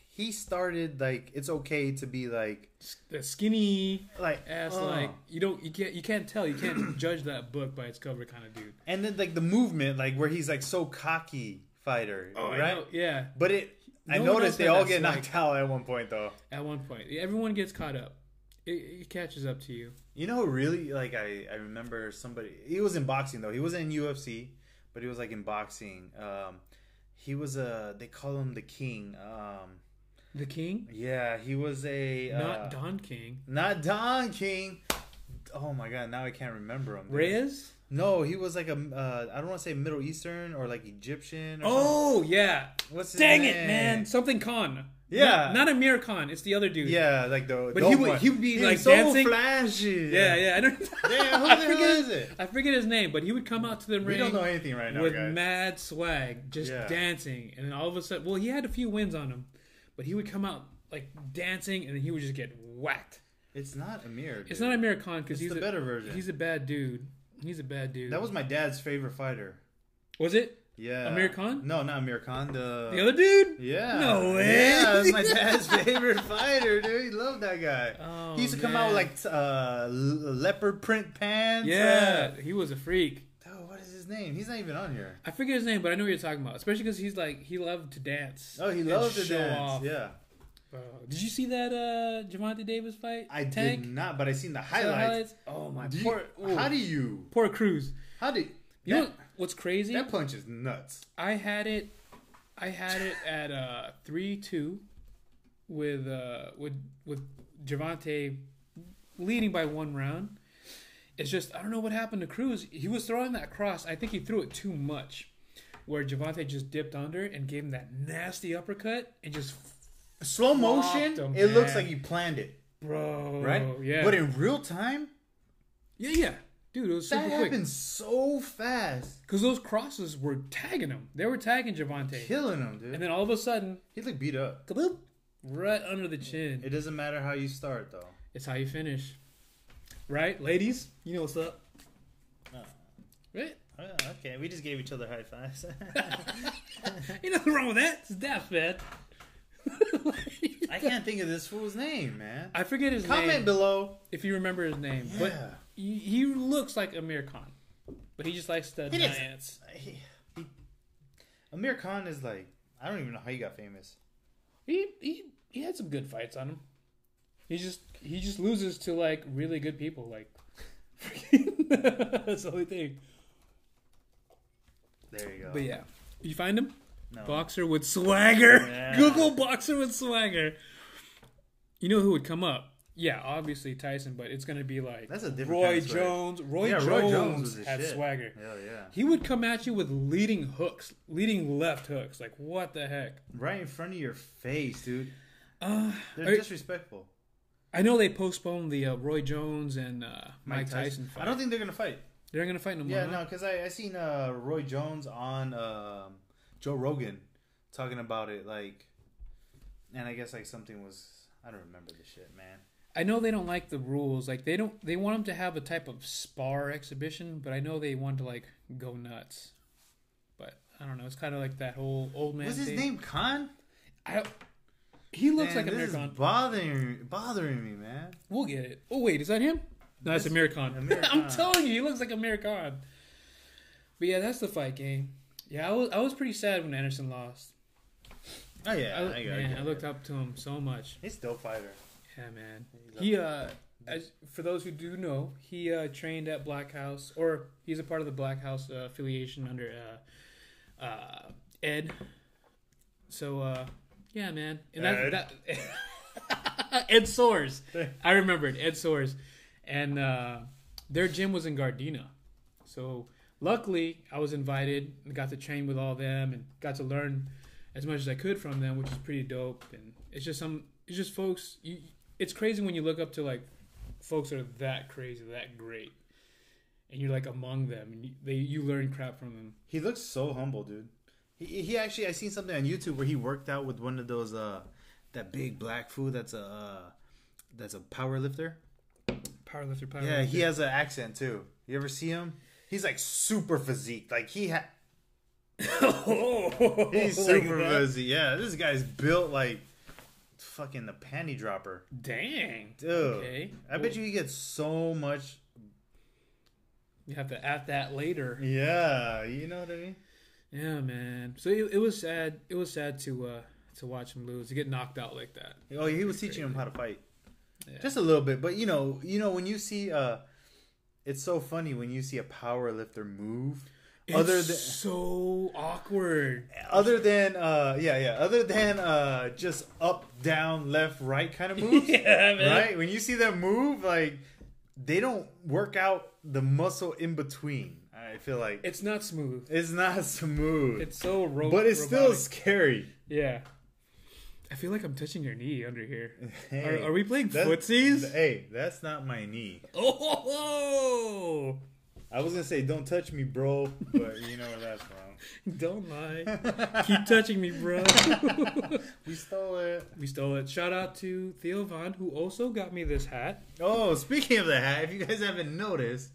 S1: he started like it's okay to be like
S2: S- The skinny
S1: like
S2: ass
S1: uh,
S2: like you don't you can't you can't tell you can't judge that book by its cover kind of dude.
S1: and then like the movement like where he's like so cocky fighter Oh, right
S2: Yeah.
S1: but it I
S2: No one
S1: noticed
S2: else
S1: they
S2: had
S1: all
S2: that
S1: get
S2: swag.
S1: knocked out at one point though
S2: At one point, everyone gets caught up. It, it catches up to you.
S1: you know really like I I remember somebody he was in boxing though he wasn't in UFC but he was like in boxing um he was a they call him the king um
S2: The King,
S1: yeah he was a uh,
S2: not Don King.
S1: Not Don King. Oh my god, now I can't remember him. dude.
S2: Reyes.
S1: No, he was like a uh, I don't want to say Middle Eastern or like Egyptian. Or
S2: Oh yeah.
S1: something. what's his
S2: Dang it,
S1: name?
S2: man! Something Khan.
S1: Yeah.
S2: Not, not Amir Khan. It's the other dude.
S1: Yeah, like the.
S2: But
S1: the
S2: he
S1: old
S2: would-
S1: one.
S2: he would be,
S1: He's
S2: like,
S1: so
S2: dancing.
S1: flashy.
S2: Yeah, yeah. I don't.
S1: Damn, who
S2: I
S1: the hell
S2: forget,
S1: is it?
S2: I forget his name, but he would come out to the
S1: We
S2: ring
S1: don't know anything right now,
S2: with
S1: guys.
S2: mad swag, just
S1: Yeah.
S2: dancing, and then all of a sudden, well, he had a few wins on him, but he would come out like dancing, and then he would just get whacked.
S1: it's not Amir. Dude.
S2: It's not Amir Khan because
S1: It's
S2: he's
S1: the
S2: a,
S1: better version.
S2: He's a bad dude. He's a bad dude.
S1: that was my dad's favorite fighter.
S2: was it
S1: Yeah,
S2: Amir Khan?
S1: No, not Amir Khan. The,
S2: the other dude?
S1: Yeah.
S2: No way.
S1: Yeah, that was my dad's favorite fighter, dude. He loved that guy.
S2: Oh,
S1: he used to come out with
S2: man.
S1: like t- uh, l- leopard print pants.
S2: Yeah, he was a freak.
S1: Uh, dude, what is his name? He's not even on here.
S2: I forget his name, but I know what you're talking about. Especially because he's like he loved to dance.
S1: Oh, he
S2: and
S1: loved to
S2: show
S1: dance.
S2: off.
S1: Yeah.
S2: Bro, Did you see that uh Javante Davis fight?
S1: I
S2: Tank?
S1: did not, but I seen the
S2: Saw the
S1: highlights.
S2: Oh my
S1: Do you-
S2: poor ooh.
S1: how do you?
S2: poor Cruz.
S1: How do
S2: You
S1: that,
S2: know what's crazy?
S1: that punch is nuts.
S2: I had it I had it at uh three two with uh with with Javante leading by one round. It's just I don't know what happened to Cruz. He was throwing that cross. I think he threw it too much. Where Javante just dipped under it and gave him that nasty uppercut and just
S1: Slow motion.
S2: him,
S1: it looks
S2: man.
S1: like he planned it,
S2: bro
S1: right?
S2: yeah
S1: But in real time,
S2: yeah yeah dude it was super
S1: that
S2: quick
S1: happens so fast,
S2: because those crosses were tagging him they were tagging Javante
S1: killing him, dude.
S2: and then all of a sudden
S1: he looked beat up.
S2: kaboom right under the chin
S1: It doesn't matter how you start though.
S2: It's how you finish. Right, ladies? You know what's up.
S1: Oh.
S2: Right?
S1: Oh, okay, we just gave each other high fives.
S2: Ain't nothing wrong with that. It's death, man.
S1: I can't think of this fool's name, man.
S2: I forget his
S1: Comment
S2: name
S1: below.
S2: if you remember his name, but
S1: Yeah.
S2: he, he looks like Amir Khan, but he just likes to
S1: He doesn't.
S2: dance.
S1: He- he- Amir Khan is like, I don't even know how he got famous.
S2: He, he he had some good fights on him. He just he just loses to like really good people. Like that's the only thing.
S1: There you go.
S2: But yeah, you find him.
S1: No.
S2: Boxer with swagger.
S1: Yeah.
S2: Google boxer with swagger. You know who would come up? Yeah, obviously Tyson, but it's gonna be like
S1: That's a different
S2: Roy
S1: kind of swagger.
S2: Jones. Roy,
S1: Yeah,
S2: Jones
S1: Roy Jones was the
S2: had
S1: shit.
S2: swagger.
S1: Hell yeah.
S2: He would come at you with leading hooks, leading left hooks. Like what the heck?
S1: Right in front of your face, dude.
S2: Uh,
S1: They're
S2: I-
S1: disrespectful.
S2: I know they postponed the uh, Roy Jones and uh, Mike, Tyson. Uh-huh. fight.
S1: I don't think they're gonna fight.
S2: They're not gonna fight no more.
S1: Yeah,
S2: huh?
S1: no, because I I seen uh, Roy Jones on um, Joe Rogan, talking about it like, and I guess like something was I don't remember the shit, man.
S2: I know they don't like the rules. Like they don't. They want them to have a type of spar exhibition, but I know they want to like go nuts. But I don't know. It's kind of like that whole old man.
S1: What's his
S2: thing.
S1: name? Khan.
S2: I, he looks
S1: Man,
S2: like
S1: this
S2: Amir
S1: is
S2: Khan.
S1: bothering bothering me, man.
S2: We'll get it. Oh wait, is that him? No, that's
S1: This-
S2: Amir Khan.
S1: Amir
S2: I'm
S1: Khan.
S2: telling you, he looks like Amir Khan. But yeah, that's the fight game. Yeah, I was, I was pretty sad when Anderson lost.
S1: Oh yeah,
S2: I,
S1: I, got
S2: man,
S1: it.
S2: I looked up to him so much.
S1: He's still fighter.
S2: Yeah, man.
S1: He's
S2: He uh, as, for those who do know, he uh, trained at Black House, or he's a part of the Black House uh, affiliation under uh, uh, Ed. So uh, yeah, man, and that, that Ed Soares. I remembered Ed Soares, and uh, their gym was in Gardena. So luckily, I was invited and got to train with all them and got to learn as much as I could from them, which is pretty dope. And it's just some, it's just folks. You, it's crazy when you look up to like folks that are that crazy, that great, and you're like among them, and you, they you learn crap from them.
S1: He looks so humble, dude. He, he actually I seen something on YouTube where he worked out with one of those uh that big black food that's a uh, that's a power lifter.
S2: Powerlifter, powerlifter.
S1: Yeah, he has an accent too. You ever see him? He's like super physique. Like he ha- he's super physique. Yeah, this guy's built like fucking the panty dropper.
S2: Dang.
S1: Dude.
S2: Okay.
S1: I bet you he gets so much
S2: You have to add that later.
S1: Yeah, you know what I mean?
S2: Yeah, man. So it, it was sad. It was sad to uh to watch him lose, to get knocked out like that.
S1: Oh, he was teaching him how to fight,
S2: Yeah.
S1: just a little bit. But you know, you know when you see, uh, it's so funny when you see a power lifter move. Other
S2: it's
S1: than
S2: so awkward.
S1: other than uh, yeah yeah other than uh, just up down left right kind of moves
S2: Yeah,
S1: right when you see them move like they don't work out the muscle in between. I feel like
S2: It's not smooth.
S1: it's not smooth,
S2: It's so ro-
S1: but it's still
S2: robotic.
S1: scary.
S2: yeah. I feel like I'm touching your knee under here.
S1: Hey,
S2: are, are we playing
S1: that's-
S2: footsies?
S1: Hey, that's not my knee.
S2: Oh, ho, ho.
S1: I was gonna say don't touch me, bro, but you know where that's from.
S2: don't lie. Keep touching me, bro.
S1: We stole it.
S2: we stole it. Shout out to Theo Von, who also got me this hat.
S1: Oh, speaking of the hat, if you guys haven't noticed,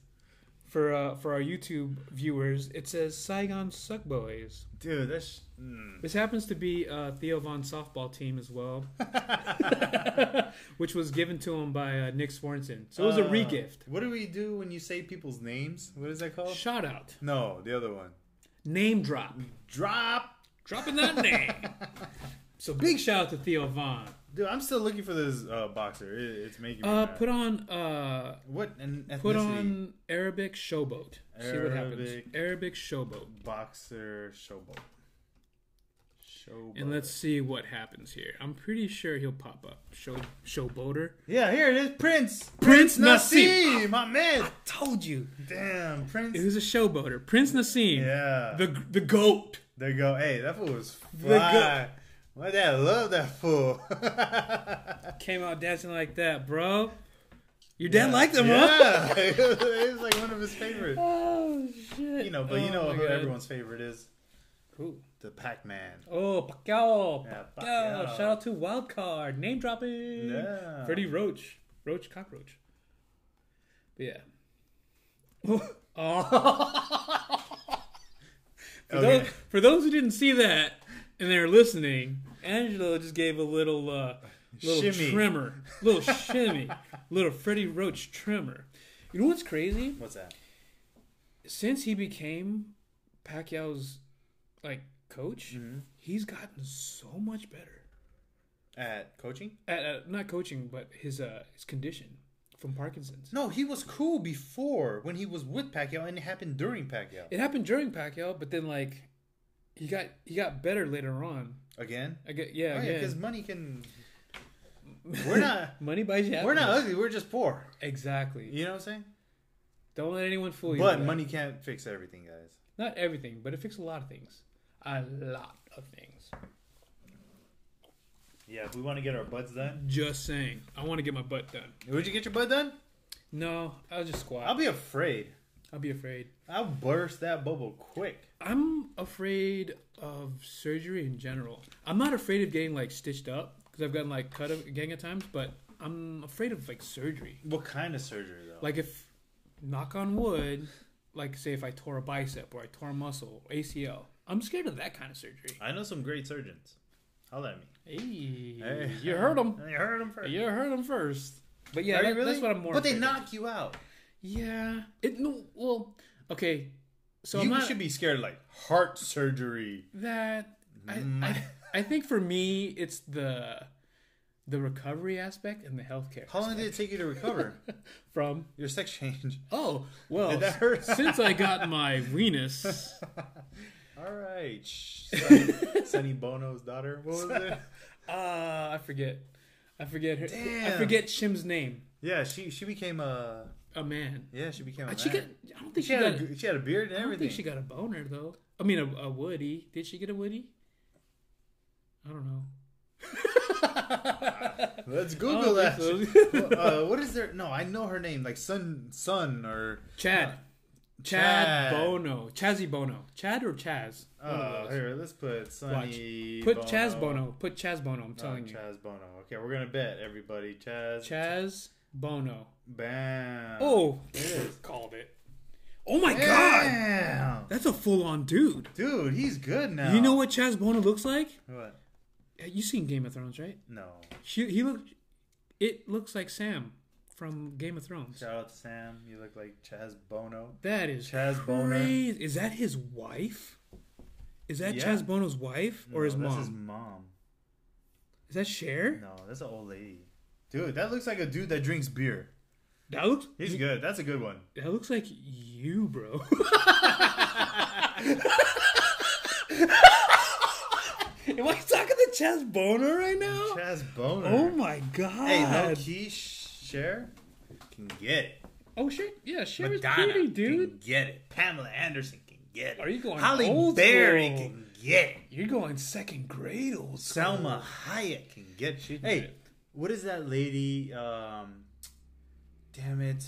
S2: for uh, for our YouTube viewers, it says Saigon Suckboys.
S1: dude, that's mm,
S2: This happens to be uh, Theo Von's softball team as well, which was given to him by uh, Nick Swanson. So it was a
S1: uh,
S2: regift.
S1: What do we do when you say people's names? What is that called?
S2: Shout out,
S1: No, the other one.
S2: name drop,
S1: Drop,
S2: dropping that name. So big shout out to Theo Von.
S1: dude. I'm still looking for this uh, boxer. It, it's making me
S2: Uh,
S1: mad.
S2: put on uh,
S1: what an ethnicity?
S2: put on Arabic showboat. See what happens.
S1: Arabic.
S2: Arabic showboat,
S1: boxer showboat. Showboat.
S2: and let's see what happens here. I'm pretty sure he'll pop up. Show showboater.
S1: yeah, here it is, Prince.
S2: Prince
S1: Nassim, my man.
S2: Told you.
S1: Damn, Prince.
S2: It was a showboater. Prince Nassim.
S1: yeah.
S2: The the goat.
S1: They go, hey, that fool was
S2: go-
S1: fly. My dad loved that fool.
S2: Came out dancing like that, bro. Your dad liked him, huh?
S1: yeah, it was like one of his favorites.
S2: Oh shit.
S1: You know, but you know
S2: Oh my
S1: who
S2: God.
S1: everyone's favorite is
S2: Who?
S1: the Pac Man.
S2: Oh, Pacquiao.
S1: Yeah,
S2: Pacquiao.
S1: Pacquiao.
S2: Shout out to Wildcard. Name dropping.
S1: Yeah.
S2: Freddie Roach. Roach cockroach. But yeah. oh. For,
S1: Okay.
S2: those, for those who didn't see that and they're listening, Angelo just gave a little uh, little
S1: Shimmy.
S2: tremor, little shimmy, little Freddie Roach tremor. You know what's crazy?
S1: What's that?
S2: Since he became Pacquiao's like coach,
S1: Mm-hmm.
S2: he's gotten so much better
S1: At coaching?
S2: at uh, not coaching, but his uh, his condition from Parkinson's.
S1: No, he was cool before when he was with Pacquiao, and it happened during Pacquiao.
S2: It happened during Pacquiao, but then like he got he got better later on.
S1: Again?
S2: I get yeah,
S1: Oh, yeah, because
S2: again.
S1: money can. We're not.
S2: money buys you.
S1: We're not
S2: happiness.
S1: ugly. We're just poor.
S2: exactly.
S1: You know what I'm saying?
S2: Don't let anyone fool you.
S1: But
S2: with that.
S1: money can't fix everything, guys.
S2: Not everything, but it fixed a lot of things. A lot of things.
S1: Yeah, if we want to get our butts done.
S2: Just saying. I want to get my butt done.
S1: Would you get your butt done?
S2: No, I'll just squat.
S1: I'll be afraid.
S2: I'll be afraid.
S1: I'll burst that bubble quick.
S2: I'm afraid of surgery in general. I'm not afraid of getting like stitched up because I've gotten like cut a gang of times, but I'm afraid of like surgery.
S1: What kind of surgery though?
S2: Like if, knock on wood, like say if I tore a bicep or I tore a muscle, or ACL. I'm scared of that kind of surgery.
S1: I know some great surgeons. Holla at me.
S2: Hey,
S1: Hey.
S2: you heard them.
S1: You heard him first.
S2: You heard them first. But yeah,
S1: Are you
S2: that- that's what I'm more.
S1: But they
S2: afraid of.
S1: knock you out.
S2: Yeah. It no. Well, okay. So
S1: you
S2: I'm not
S1: should be scared like heart surgery.
S2: that. I,
S1: Mm.
S2: I I think for me it's the the recovery aspect and the healthcare
S1: How long did it take you to recover?
S2: from
S1: Your sex change.
S2: oh well
S1: Did that hurt?
S2: since I got my Venus
S1: All right. Shh. Sonny, Sonny Bono's daughter. What was it?
S2: uh I forget I forget her I
S1: Damn.
S2: forget Shim's name
S1: Yeah, she she became a
S2: a man
S1: yeah she became a
S2: she got
S1: man.
S2: I don't think
S1: she
S2: she, got
S1: had
S2: a-
S1: a, she had a beard and
S2: I don't
S1: everything.
S2: think she got a boner though I mean a, a Woody did she get a Woody I don't know
S1: Let's
S2: I
S1: Google
S2: don't
S1: that.
S2: think Oh, so.
S1: uh, what is their? No, I know her name. Like Sun Sun or
S2: Chad. Chad,
S1: Chad.
S2: Bono. Chazzy Bono. Chad or Chaz? One
S1: oh
S2: of those.
S1: here. Let's put Sunny.
S2: Put Chaz Bono. Put Chaz Bono, I'm
S1: Oh,
S2: telling you.
S1: Chaz Bono. Okay, we're gonna bet everybody. Chaz.
S2: Chaz Bono.
S1: Bam.
S2: Oh,
S1: it is.
S2: called it. Oh my god!
S1: Damn.
S2: That's a full on dude.
S1: Dude, he's good now.
S2: You know what Chaz Bono looks like?
S1: What?
S2: You seen Game of Thrones, right?
S1: No.
S2: She, he look. It looks like Sam from Game of Thrones.
S1: Shout out to Sam. You look like Chaz Bono.
S2: That is
S1: Chaz Bono.
S2: crazy. Is that his wife? Is that
S1: Yeah.
S2: Chaz Bono's wife or
S1: No,
S2: his
S1: That's
S2: mom?
S1: his mom.
S2: Is that Cher?
S1: No, that's an old lady. Dude, that looks like a dude that drinks beer.
S2: That looks
S1: He's good. That's a good one.
S2: That looks like you, bro. Am I talking to Chaz Boner right now?
S1: Chaz Boner.
S2: Oh my god.
S1: Hey, no key share can get it.
S2: oh shit. Yeah, Cher is
S1: Madonna
S2: pretty, dude.
S1: can get it. Pamela Anderson can get it.
S2: Are you going
S1: Holly
S2: old
S1: Berry
S2: school?
S1: can get it.
S2: You're going second grade old school.
S1: Selma Hayek can get
S2: She
S1: it.
S2: did
S1: Hey,
S2: it.
S1: what is that lady? Um, damn it,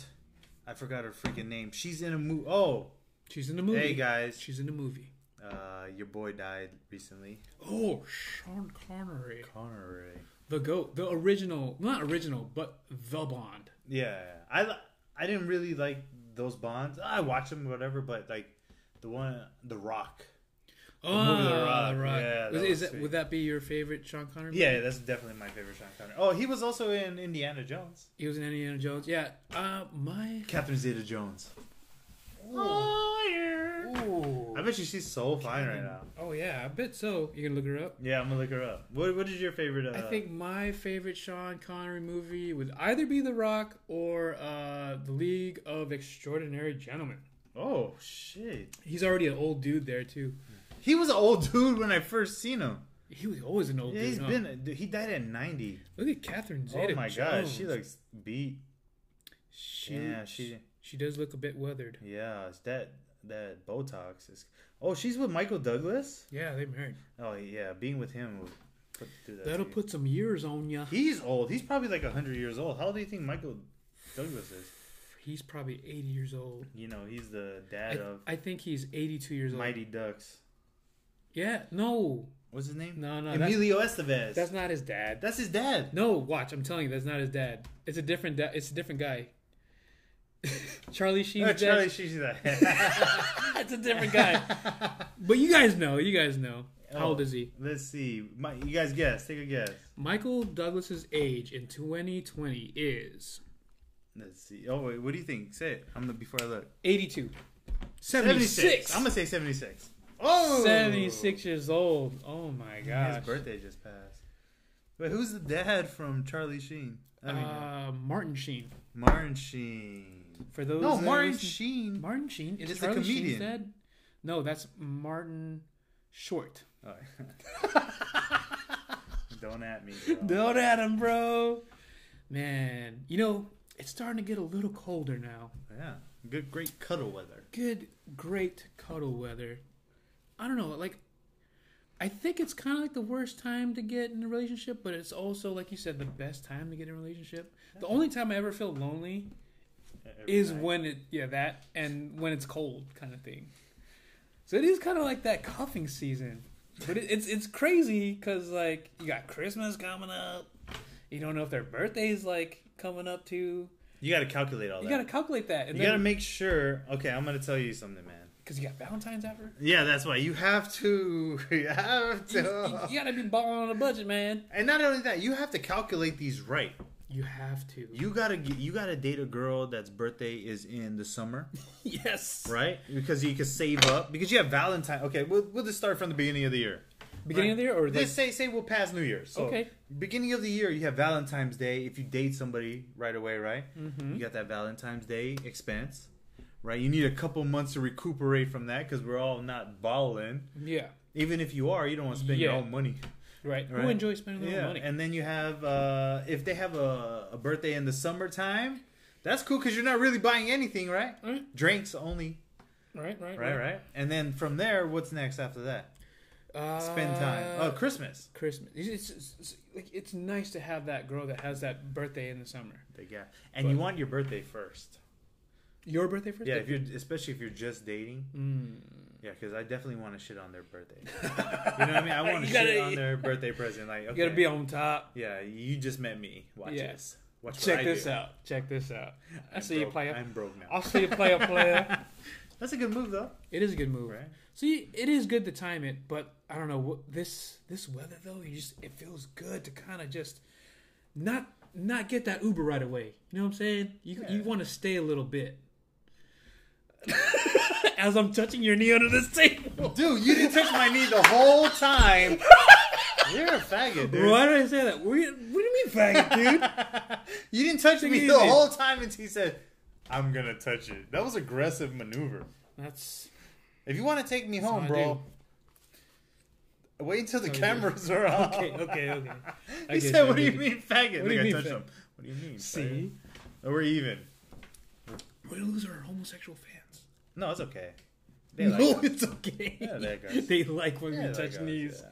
S1: I forgot her freaking name. She's in a movie. Oh,
S2: She's in the movie.
S1: hey guys,
S2: She's in the movie.
S1: uh, your boy died recently.
S2: Oh, Sean Connery.
S1: Connery.
S2: The GOAT. The original. Not original, but the Bond.
S1: Yeah, I li- I didn't really like those Bonds. I watched them, whatever, but like the one, The Rock. movie The Rock.
S2: Ah, right.
S1: Yeah, that
S2: Was-
S1: was
S2: is that,
S1: sweet.
S2: would that be your favorite Sean Connery movie?
S1: Yeah, that's definitely my favorite Sean Connery. Oh, he was also in Indiana Jones.
S2: He was in Indiana Jones. Yeah. Uh, my.
S1: Catherine Zeta-Jones. I bet you she's so fine right now.
S2: Oh yeah, I bet so. You can look her up.
S1: Yeah, I'm gonna look her up. What What is your favorite? Uh,
S2: I think my favorite Sean Connery movie would either be The Rock or uh, The League of Extraordinary Gentlemen.
S1: Oh shit!
S2: He's already an old dude there too.
S1: He was an old dude when I first seen him.
S2: He was always an old
S1: Yeah,
S2: dude.
S1: he's
S2: huh?
S1: been. dude, He died at 90.
S2: Look at Catherine Zeta.
S1: Oh my gosh, she looks beat.
S2: She,
S1: Yeah, she.
S2: she does look a bit weathered.
S1: Yeah, it's that that Botox is. Oh, she's with Michael Douglas.
S2: Yeah, they married.
S1: Oh yeah, being with him would put, do that. to
S2: That'll
S1: you.
S2: put some years on ya.
S1: He's old. He's probably like hundred years old. How old do you think Michael Douglas is?
S2: He's probably 80 years old.
S1: You know, he's the
S2: I,
S1: dad of
S2: I think he's 82 years old.
S1: Mighty Ducks.
S2: Yeah, no,
S1: What's his name?
S2: No, no, that's-
S1: Emilio Estevez.
S2: that's not his dad.
S1: that's his dad.
S2: No, watch. I'm telling you, that's not his dad. It's a different. Da- it's a different guy. Charlie Sheen's
S1: Oh, Charlie
S2: dad.
S1: Sheen's that.
S2: it's a different guy. but you guys know. You guys know. How old
S1: Oh.
S2: is he?
S1: Let's see. My, you guys guess. Take a guess.
S2: Michael Douglas's age in 2020 is
S1: Let's see. Oh wait, what do you think? Say it. I'm the before I look.
S2: 82. 76.
S1: I'm gonna say 76. Oh,
S2: 76 years old. Oh my gosh.
S1: His birthday just passed. But who's the dad from Charlie Sheen? I mean, uh,
S2: Uh, Martin Sheen.
S1: Martin Sheen.
S2: For those
S1: No,
S2: that are
S1: Martin
S2: listening-
S1: Sheen.
S2: Martin Sheen is
S1: It's a
S2: Charlie Sheen's
S1: comedian.
S2: dad. No, that's Martin Short.
S1: All right. Don't at me. Bro.
S2: Don't at him, bro. Man, you know, it's starting to get a little colder now.
S1: Yeah, good, great cuddle weather.
S2: Good, great cuddle weather. I don't know, like, I think it's kind of like the worst time to get in a relationship, but it's also, like you said, the best time to get in a relationship. The only time I ever feel lonely
S1: E-, every
S2: is
S1: night.
S2: when it yeah that and when it's cold kind of thing. So it is kind of like that cuffing season, but it, it's it's crazy because like you got Christmas coming up, you don't know if their birthday's like coming up too.
S1: you got to calculate all
S2: You
S1: that.
S2: gotta calculate that, and
S1: you got to
S2: then
S1: make sure. Okay, I'm gonna tell you something, man.
S2: because you got Valentine's after,
S1: Yeah, that's why you have to. You have
S2: you, you-
S1: to.
S2: you gotta be balling on a budget, man.
S1: And not only that, you have to calculate these right.
S2: You have to.
S1: You gotta get- you gotta date a girl that's birthday is in the summer,
S2: yes.
S1: right? Because you can save up because you have Valentine. Okay, we'll, we'll just start from the beginning of the year.
S2: Beginning of the year or
S1: Let's
S2: like,
S1: say say we'll pass New Year's. So
S2: Okay.
S1: Beginning of the year, you have Valentine's Day. If you date somebody right away, right?
S2: Mm-hmm.
S1: You got that Valentine's Day expense, right? You need a couple months to recuperate from that because we're all not balling.
S2: yeah.
S1: Even if you are, you don't want to spend your
S2: Yeah.
S1: own money.
S2: Right.
S1: Right.
S2: Who enjoys spending their
S1: Yeah,
S2: own money?
S1: and then you have uh, if they have a, a birthday in the summertime, that's cool because you're not really buying anything, right?
S2: Mm.
S1: Drinks only,
S2: right, right,
S1: right? Right. And then from there, what's next after that? Spend time.
S2: Uh,
S1: Oh, Christmas.
S2: Christmas. It's, it's, it's, like, it's nice to have that girl that has that birthday in the summer.
S1: They got, and you want your birthday first.
S2: Your birthday first?
S1: Yeah, if you're especially if you're just dating.
S2: Mm.
S1: Yeah, because I definitely want to shit on their birthday. you know what I mean? I want to
S2: You
S1: shit
S2: gotta-
S1: on their birthday present. Like, okay,
S2: You gotta be on top.
S1: yeah, you just met me. Watch
S2: Yeah.
S1: this. Watch
S2: Check
S1: what I
S2: this
S1: do.
S2: out. Check this out. I
S1: I'm
S2: see you
S1: broke-
S2: play a,
S1: I'm broke now.
S2: I'll see you play a player.
S1: That's a good move though,
S2: It is a good move.
S1: right?
S2: So you, it is good to time it, but I don't know what this this weather though. You just it feels good to kind of just not not get that Uber right away. You know what I'm saying? You
S1: Yeah.
S2: you want to stay a little bit. As I'm touching your knee under this table.
S1: Dude, you didn't touch my knee the whole time. You're a faggot, dude.
S2: Why did I say that? What do you, what do you mean, faggot, dude?
S1: you didn't touch
S2: Take it
S1: me
S2: easy.
S1: the whole time until he said, "I'm gonna touch it." That was aggressive maneuver.
S2: That's
S1: If you want to take me home,
S2: what I
S1: bro, wait until the
S2: That's what I do.
S1: cameras are on.
S2: okay, okay, okay. I
S1: He
S2: get
S1: said,
S2: you,
S1: "What
S2: I
S1: do you
S2: get
S1: mean, faggot?"
S2: What do
S1: Like,
S2: you
S1: I
S2: mean,
S1: touched
S2: faggot?
S1: him. What do you mean?
S2: See,
S1: faggot? we're even.
S2: we're gonna lose our homosexual fans.
S1: No, it's okay. They like
S2: no,
S1: us.
S2: it's okay.
S1: Yeah, they like us.
S2: they like when
S1: Yeah,
S2: we
S1: they
S2: touch
S1: like us,
S2: knees.
S1: yeah.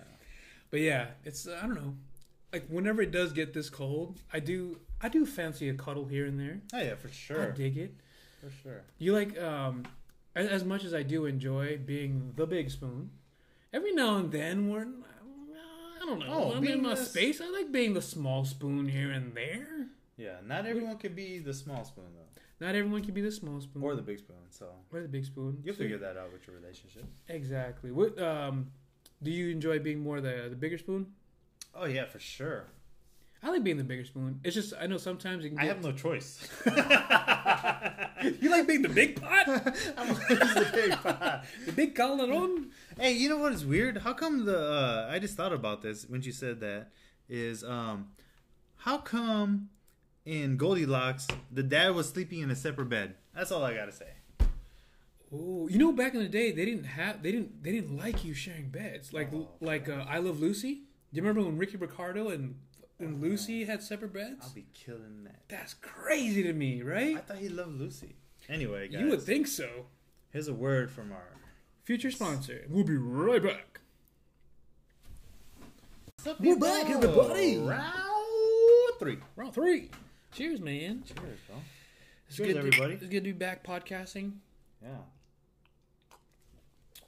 S2: But yeah, it's uh, I don't know. Like whenever it does get this cold, I do I do fancy a cuddle here and there.
S1: Oh yeah, for
S2: I
S1: sure,
S2: dig it.
S1: for sure.
S2: You like um as, as much as I do enjoy being the big spoon. Every now and then we're I don't know.
S1: Oh,
S2: when I'm
S1: being
S2: in my
S1: this-
S2: space. I like being the small spoon here and there.
S1: Yeah, not everyone could be the small spoon though,
S2: Not everyone can be the small spoon
S1: or the big spoon. So
S2: or the big spoon.
S1: you'll
S2: So-
S1: figure that out with your relationship.
S2: Exactly. What um do you enjoy being more the the bigger spoon?
S1: Oh yeah, for sure.
S2: I like being the bigger spoon. It's just I know sometimes it can
S1: I
S2: get
S1: have no choice.
S2: You like being the big pot?
S1: I'm always the big pot.
S2: The big calderon?
S1: Hey, you know what is weird? How come the uh, I just thought about this when you said that is um how come in Goldilocks the dad was sleeping in a separate bed? That's all I gotta say.
S2: Oh, you know, back in the day, they didn't have, they didn't, they didn't like you sharing beds. Like,
S1: Oh,
S2: like uh, I Love Lucy. Do you remember when Ricky Ricardo and and Lucy had separate beds?
S1: Uh-huh. I'll be killing that.
S2: That's crazy to me,
S1: I
S2: right?
S1: thought he loved Lucy. Anyway, guys,
S2: You would think so.
S1: here's a word from our.
S2: Future sponsor. We'll be right back.
S1: We're
S2: back, everybody.
S1: Round three.
S2: Round three. Cheers, man.
S1: Cheers, bro.
S2: It's
S1: Cheers,
S2: good to-
S1: everybody.
S2: it's good to be back podcasting.
S1: Yeah.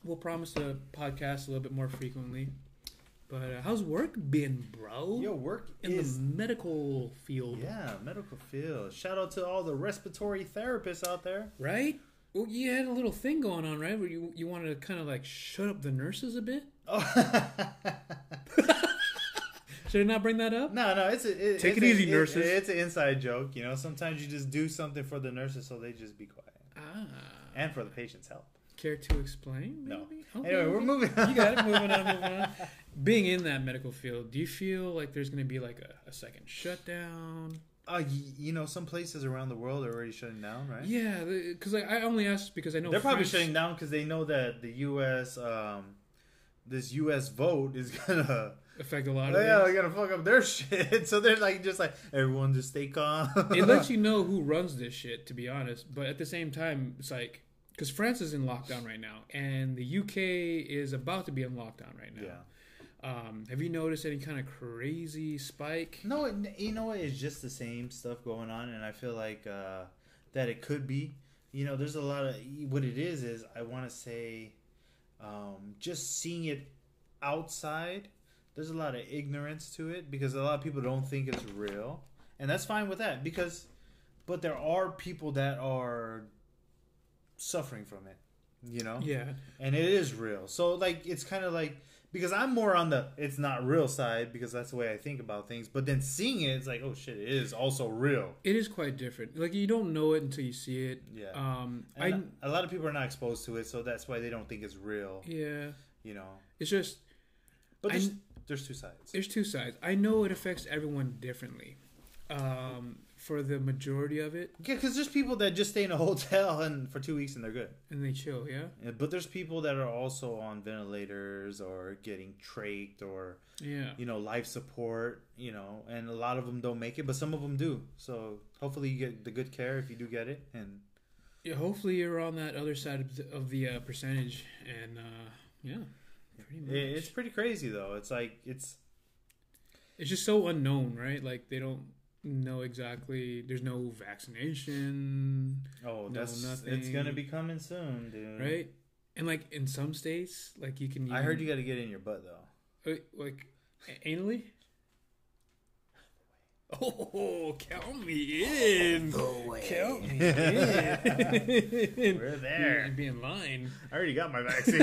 S2: We'll promise to podcast a little bit more frequently. But uh, how's work been, bro?
S1: Your work
S2: in
S1: is
S2: the medical field,
S1: Yeah, medical field. Shout out to all the respiratory therapists out there.
S2: right? Well, you had a little thing going on, right? Where you you wanted to kind of like shut up the nurses a bit.
S1: Oh.
S2: Should I not bring that up?
S1: no, no, it's a, it, it's
S2: Take it
S1: a-
S2: easy, nurses.
S1: It's an inside joke, you know. Sometimes you just do something for the nurses so they just be quiet,
S2: Ah,
S1: and for the patient's health.
S2: care to explain?
S1: No.
S2: maybe?
S1: Anyway, we're moving. On.
S2: you got it. Moving on, moving on. Being in that medical field, do you feel like there's going to be like a, a second shutdown?
S1: Uh, y- you know, some places around the world are already shutting down, right?
S2: Yeah, because like, I only asked because I know
S1: They're probably
S2: French-
S1: shutting down because they know that the U.S. Um, this U.S. vote is gonna
S2: affect a lot of
S1: yeah,
S2: things.
S1: they're gonna fuck up their shit. So they're like just like everyone just stay calm.
S2: it lets you know who runs this shit, to be honest. But at the same time, it's like because France is in lockdown right now, and the UK is about to be in lockdown right now.
S1: yeah.
S2: Um, have you noticed any kind of crazy spike?
S1: No, it, you know what? It's just the same stuff going on, and I feel like uh, that it could be. You know, there's a lot of what it is is I want to say, um, just seeing it outside. There's a lot of ignorance to it because a lot of people don't think it's real, and that's fine with that because, but there are people that are suffering from it. You know,
S2: Yeah.
S1: and it is real. So like it's kind of like because I'm more on the it's not real side because that's the way I think about things. But then seeing it, it's like oh shit, it is also real.
S2: It is quite different. Like you don't know it until you see it.
S1: Yeah.
S2: Um. I.
S1: And a lot of people are not exposed to it, so that's why they don't think it's real.
S2: Yeah.
S1: You know,
S2: It's just
S1: but
S2: I-
S1: there's, there's two sides.
S2: there's two sides. I know it affects everyone differently. Um. For the majority of it,
S1: Yeah, because there's people that just stay in a hotel and for two weeks and they're good.
S2: and they chill. Yeah.
S1: Yeah, But there's people that are also on ventilators or getting traked or
S2: Yeah.
S1: you know life support. You know, and a lot of them don't make it, but some of them do. So hopefully you get the good care if you do get it, and
S2: Yeah, hopefully you're on that other side of the, of the uh, percentage, and uh, yeah, pretty much.
S1: It- It's pretty crazy though. It's like it's
S2: It's just so unknown, right? Like they don't know exactly. There's no vaccination,
S1: oh
S2: No,
S1: that's it's
S2: nothing.
S1: gonna be coming soon, dude.
S2: right? And like in some states, like you can.
S1: I heard you got to get it in your butt though.
S2: uh, like a- anally. Oh, count me in. Count me in.
S1: We're
S2: You'd
S1: there.
S2: be in line.
S1: I already got my vaccine.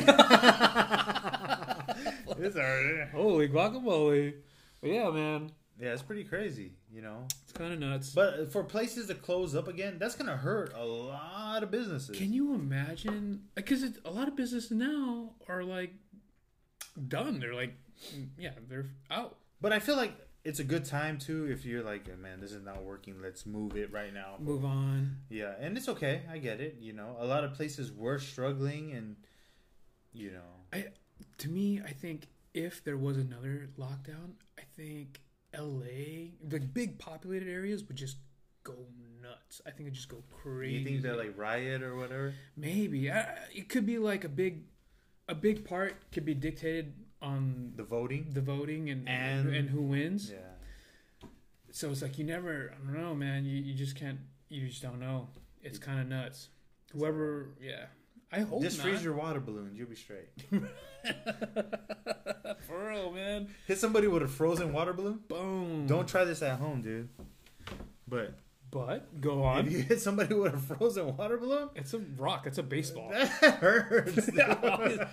S1: it's already.
S2: Holy guacamole! But yeah, man,
S1: Yeah, it's pretty crazy, you know.
S2: it's kind of nuts.
S1: But for places to close up again, that's gonna hurt a lot of businesses.
S2: Can you imagine? Because a lot of businesses now are like done. They're like, yeah, they're out.
S1: but I feel like it's a good time too if you're like, man, this is not working. Let's move it right now.
S2: Move on.
S1: Yeah, and it's okay. I get it. You know, a lot of places were struggling, and you know,
S2: I, to me, I think if there was another lockdown, I think L.A. like big populated areas would just go nuts. I think it'd just go crazy.
S1: You think they're like riot or whatever?
S2: Maybe I, I- it could be like a big, a big part could be dictated on
S1: The voting?
S2: the voting and
S1: And-
S2: and, who wins.
S1: Yeah.
S2: so it's like you never i don't know man you, you just can't you just don't know it's kind of nuts whoever yeah i hope
S1: Just
S2: not.
S1: freeze your water balloons. You'll be straight.
S2: for real man
S1: Hit somebody with a frozen water balloon?
S2: boom
S1: Don't try this at home, dude. Mm. But
S2: but go
S1: if
S2: on
S1: you hit somebody with a frozen water balloon,
S2: it's a rock it's a baseball
S1: that hurts. dude.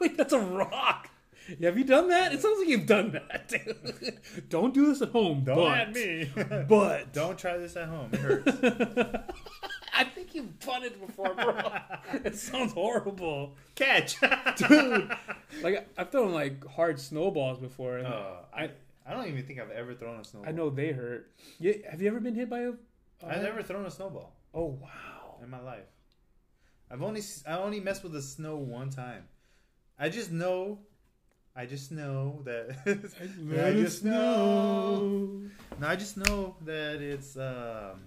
S2: Wait, that's a rock Yeah, have you done that it sounds like you've done that dude. don't do this at home
S1: Don't
S2: but,
S1: at me.
S2: but
S1: Don't try this at home. It hurts.
S2: i think you've done it before bro it sounds horrible
S1: Catch.
S2: like i've thrown like hard snowballs before and
S1: Uh, I I don't even think I've ever thrown a snowball.
S2: I know they hurt. Yeah, have you ever been hit by a?
S1: I've never thrown a snowball
S2: Oh wow!
S1: in my life. I've only s- I only messed with the snow one time. I just know. I just know that. I just know. No, I just know that it's um,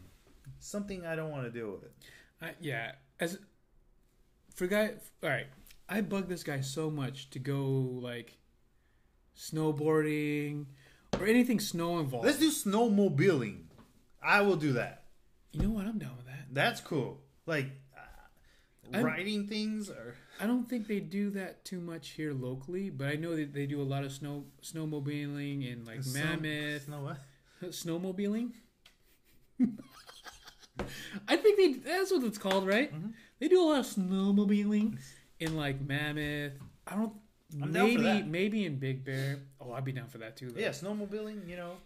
S1: something I don't want to deal with.
S2: I, yeah, as for guy. All right, I bug this guy so much to go like snowboarding or anything snow involved.
S1: Let's do snowmobiling. I will do that.
S2: you know what? I'm down with that.
S1: That's cool. Like uh,
S2: I'm-
S1: riding things or
S2: I don't think they do that too much here locally, but I know that they do a lot of snow snowmobiling and like Mammoth.
S1: Snow, what?
S2: snowmobiling. I think they that's what it's called, right?
S1: Mm-hmm.
S2: They do a lot of snowmobiling in like Mammoth. I don't
S1: I'm down for
S2: maybe
S1: that.
S2: maybe in Big Bear. Oh, I'd be down for that too though.
S1: Yeah, snowmobiling. You know,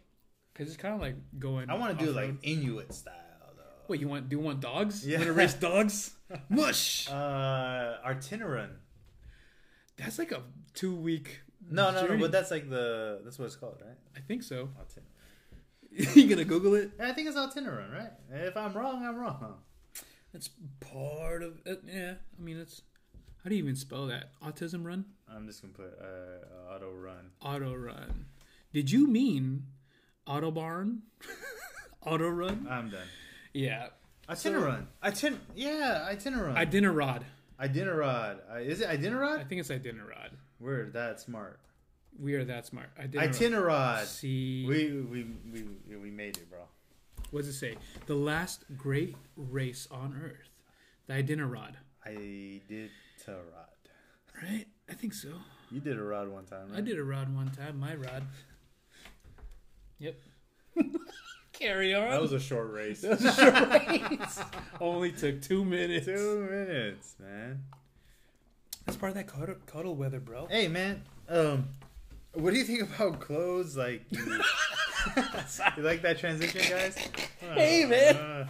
S2: Cuz it's kind of like going
S1: I want to do like
S2: off-road.
S1: Inuit style though.
S2: What you want do you want dogs?
S1: Yeah.
S2: You want to race dogs? Mush.
S1: Uh, Artinaran.
S2: that's like a 2 week
S1: No, no, no.
S2: journey.
S1: But that's like the that's what it's called, right?
S2: I think so.
S1: Artinaran.
S2: you going to google it?
S1: Yeah, I think it's Artinaran, right? If I'm wrong, I'm wrong.
S2: That's part of it. Yeah. I mean, it's How do you even spell that? Autism run?
S1: I'm just gonna put uh, auto run.
S2: Auto run. Did you mean Autobarn? Auto run?
S1: I'm done.
S2: Yeah.
S1: Itinerant. Itin. Yeah, itinerant.
S2: Idinerod.
S1: Idinerod. I, is it
S2: I
S1: Idinerod?
S2: think it's Idinerod.
S1: We're that smart.
S2: We are that smart. Idinerod.
S1: Itinerod.
S2: See,
S1: We we we we made it, bro.
S2: What does it say? The last great race on earth. The Iditarod.
S1: I did a rod.
S2: Right? I think so.
S1: You did a rod one time, right?
S2: I did a rod one time, my rod. Yep. Carry on.
S1: That was a short race.
S2: That was a short race. Only took two minutes.
S1: Two minutes, man.
S2: That's part of that cuddle, cuddle weather, bro.
S1: Hey, man. Um, what do you think about clothes? Like, you like that transition, guys?
S2: Hey, man.
S1: Uh,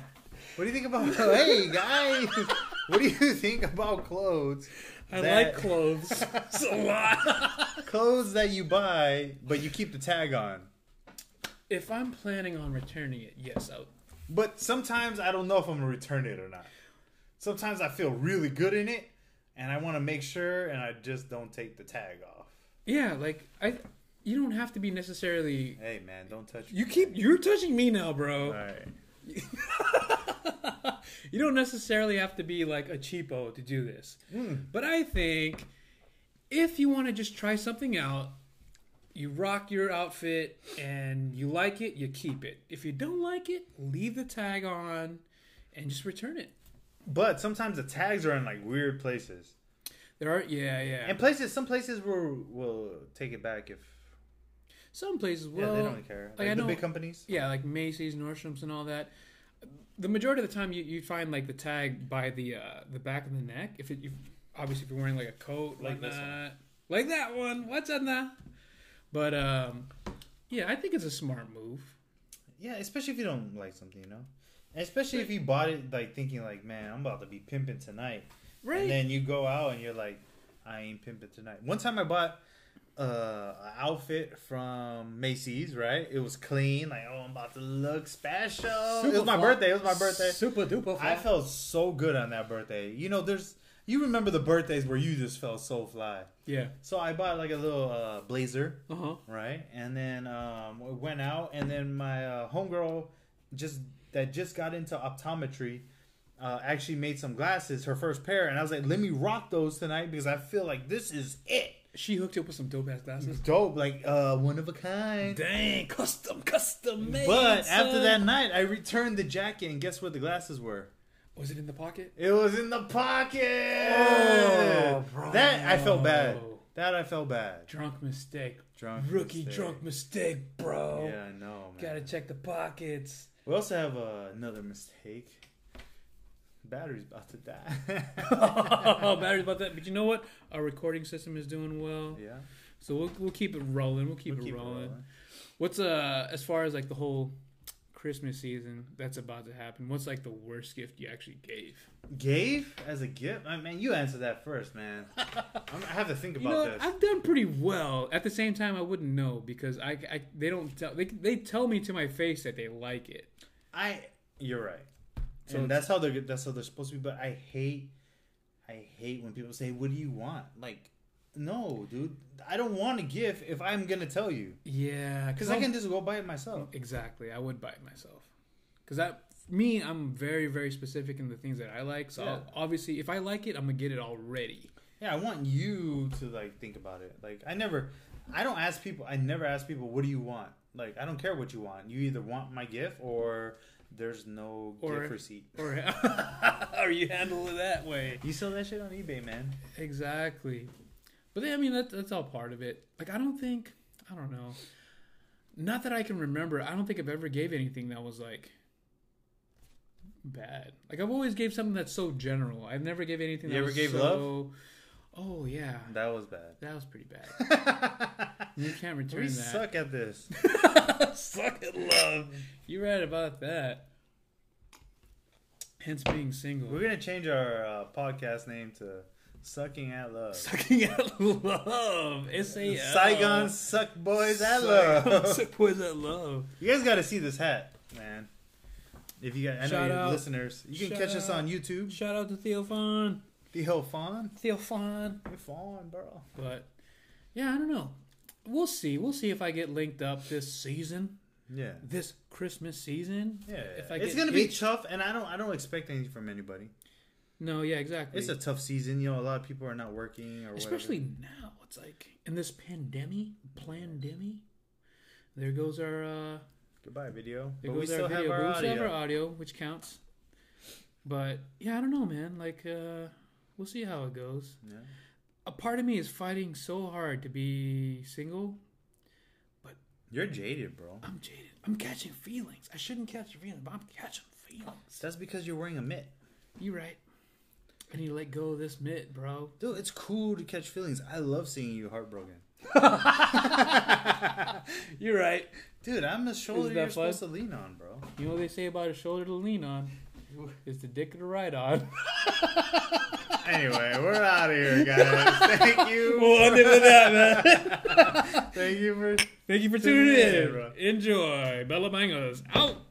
S1: what do you think about? Hey, guys. What do you think about clothes?
S2: I
S1: that-
S2: like clothes. it's a lot.
S1: Clothes that you buy, but you keep the tag on.
S2: if I'm planning on returning it, yes, I'll.
S1: But sometimes I don't know if I'm gonna return it or not. Sometimes I feel really good in it, and I want to make sure, and I just don't take the tag off.
S2: Yeah, like I. You don't have to be necessarily.
S1: Hey, man, don't touch.
S2: You keep you're touching me now, bro.
S1: All right.
S2: You don't necessarily have to be like a cheapo to do this.
S1: Hmm.
S2: But I think if you want to just try something out, you rock your outfit and you like it, you keep it. If you don't like it, leave the tag on and just return it.
S1: But sometimes the tags are in like weird places,
S2: There are yeah, yeah.
S1: and places. Some places will will take it back if
S2: Some places will.
S1: yeah, they don't care.
S2: like,
S1: Like
S2: I
S1: the
S2: know-
S1: big companies.
S2: Yeah, like Macy's, Nordstrom's, and all that. The majority of the time, you, you find like the tag by the uh, the back of the neck. If it, you obviously if you're wearing like a coat,
S1: Like
S2: like
S1: this
S2: that, like that one. What's in that? But um, yeah, I think it's a smart move.
S1: Yeah, especially if you don't like something, you know. And especially if you bought it like thinking like, man, I'm about to be pimping tonight.
S2: Right.
S1: And then you go out and you're like, I ain't pimping tonight. One time I bought uh, an outfit from Macy's, right? It was clean, like, oh, I'm about to look special. Oh. it was my
S2: fly-
S1: birthday. It was my birthday.
S2: Super duper.
S1: I
S2: fly.
S1: felt so good on that birthday. You know, there's you remember the birthdays where you just felt so fly.
S2: yeah.
S1: So I bought like a little uh, blazer,
S2: Uh huh.
S1: right? And then um, we went out, and then my uh, homegirl just that just got into optometry uh, actually made some glasses, her first pair, and I was like, let me rock those tonight because I feel like this is it.
S2: She hooked you up with some dope ass glasses.
S1: Dope, like uh, one of a kind.
S2: Dang, custom, custom made.
S1: But after
S2: son.
S1: that night, I returned the jacket, and guess where the glasses were?
S2: was it in the pocket?
S1: It was in the pocket.
S2: Oh, bro.
S1: That I felt bad. That I felt bad.
S2: Drunk mistake.
S1: Drunk
S2: Rookie
S1: mistake.
S2: drunk mistake, bro.
S1: Yeah, I know, man.
S2: Oh. Gotta check the pockets.
S1: We also have uh, another mistake. Battery's about to die.
S2: oh, batteries about that. But you know what? Our recording system is doing well,
S1: yeah,
S2: so we'll, we'll keep it rolling. We'll keep,
S1: we'll
S2: it,
S1: keep it
S2: rolling.
S1: rolling.
S2: What's uh as far as like the whole Christmas season that's about to happen? What's like the worst gift you actually gave?
S1: Gave as a gift. I mean, you answer that first, man. I'm, I have to think
S2: You know,
S1: about
S2: what?
S1: this.
S2: I've done pretty well. At the same time, I wouldn't know because I, I they don't tell they they tell me to my face that they like it.
S1: I. You're right.
S2: So
S1: and
S2: it's-
S1: that's how they're that's how they're supposed to be. But I hate, I hate when people say, "What do you want?" Like, no, dude, I don't want a gift if I'm gonna tell you
S2: Yeah,
S1: because I can just go buy it myself.
S2: Exactly. I would buy it myself. Because that, me, I'm very, very specific in the things that I like. So
S1: Yeah.
S2: obviously, if I like it, I'm going to get it already.
S1: Yeah, I want you to like think about it. Like, I never, I don't ask people. I never ask people, "What do you want?" Like, I don't care what you want. You either want my gift or there's no
S2: Or-
S1: gift receipt.
S2: Or, or you handle it that way.
S1: You sell that shit on eBay, man.
S2: Exactly. But then, I mean, that, that's all part of it. Like, I don't think, I don't know. Not that I can remember, I don't think I've ever gave anything that was like bad. Like, I've always gave something that's so general. I've never gave anything
S1: You
S2: that
S1: ever
S2: was
S1: gave
S2: so.
S1: love?
S2: Oh, yeah.
S1: That was bad.
S2: That was pretty bad. You can't return
S1: we
S2: that.
S1: suck at this.
S2: Suck at love. You're right about that. Hence being single.
S1: We're gonna change our uh, podcast name to "Sucking at Love."
S2: Sucking at love. S A L.
S1: Saigon suck boys at
S2: Saigon
S1: love.
S2: Suck boys at love.
S1: You guys got to see this hat, man. If you got, I know
S2: Shout
S1: your
S2: out.
S1: listeners, you can
S2: Shout
S1: catch us
S2: out.
S1: on YouTube.
S2: Shout out to Theo Fawn.
S1: Theo Fawn,
S2: Theo Fawn.
S1: you Fawn, bro.
S2: But yeah, I don't know. We'll see. We'll see if I get linked up this season,
S1: Yeah,
S2: this Christmas season.
S1: yeah.
S2: If I
S1: it's
S2: get
S1: gonna be
S2: hit-
S1: tough, and I don't, I don't expect anything from anybody.
S2: No, yeah, exactly.
S1: It's a tough season. You know, a lot of people are not working or
S2: Especially now, it's like in this pandemic, pandemic. There goes our uh,
S1: Goodbye, video.
S2: It
S1: but
S2: goes
S1: we
S2: our
S1: still
S2: video,
S1: have
S2: but
S1: our
S2: we still have
S1: audio.
S2: our audio, which counts. But yeah, I don't know, man. Like, uh, we'll see how it goes.
S1: Yeah.
S2: A part of me is fighting so hard to be single.
S1: You're jaded, bro.
S2: I'm jaded. I'm catching feelings. I shouldn't catch feelings, but I'm catching feelings.
S1: That's because you're wearing a mitt.
S2: You right. I need to let go of this mitt, bro.
S1: Dude, it's cool to catch feelings. I love seeing you heartbroken.
S2: You're right.
S1: Dude, I'm the shoulder
S2: that
S1: you're
S2: fun?
S1: supposed to lean on, bro.
S2: You know what they say about a shoulder to lean on is the dick to ride on.
S1: Anyway, we're out of here, guys. Thank you.
S2: we'll end it with that, man.
S1: Thank you for.
S2: Thank you for
S1: Tune
S2: tuning
S1: in,
S2: in.
S1: bro.
S2: Enjoy. Bella Mangos out.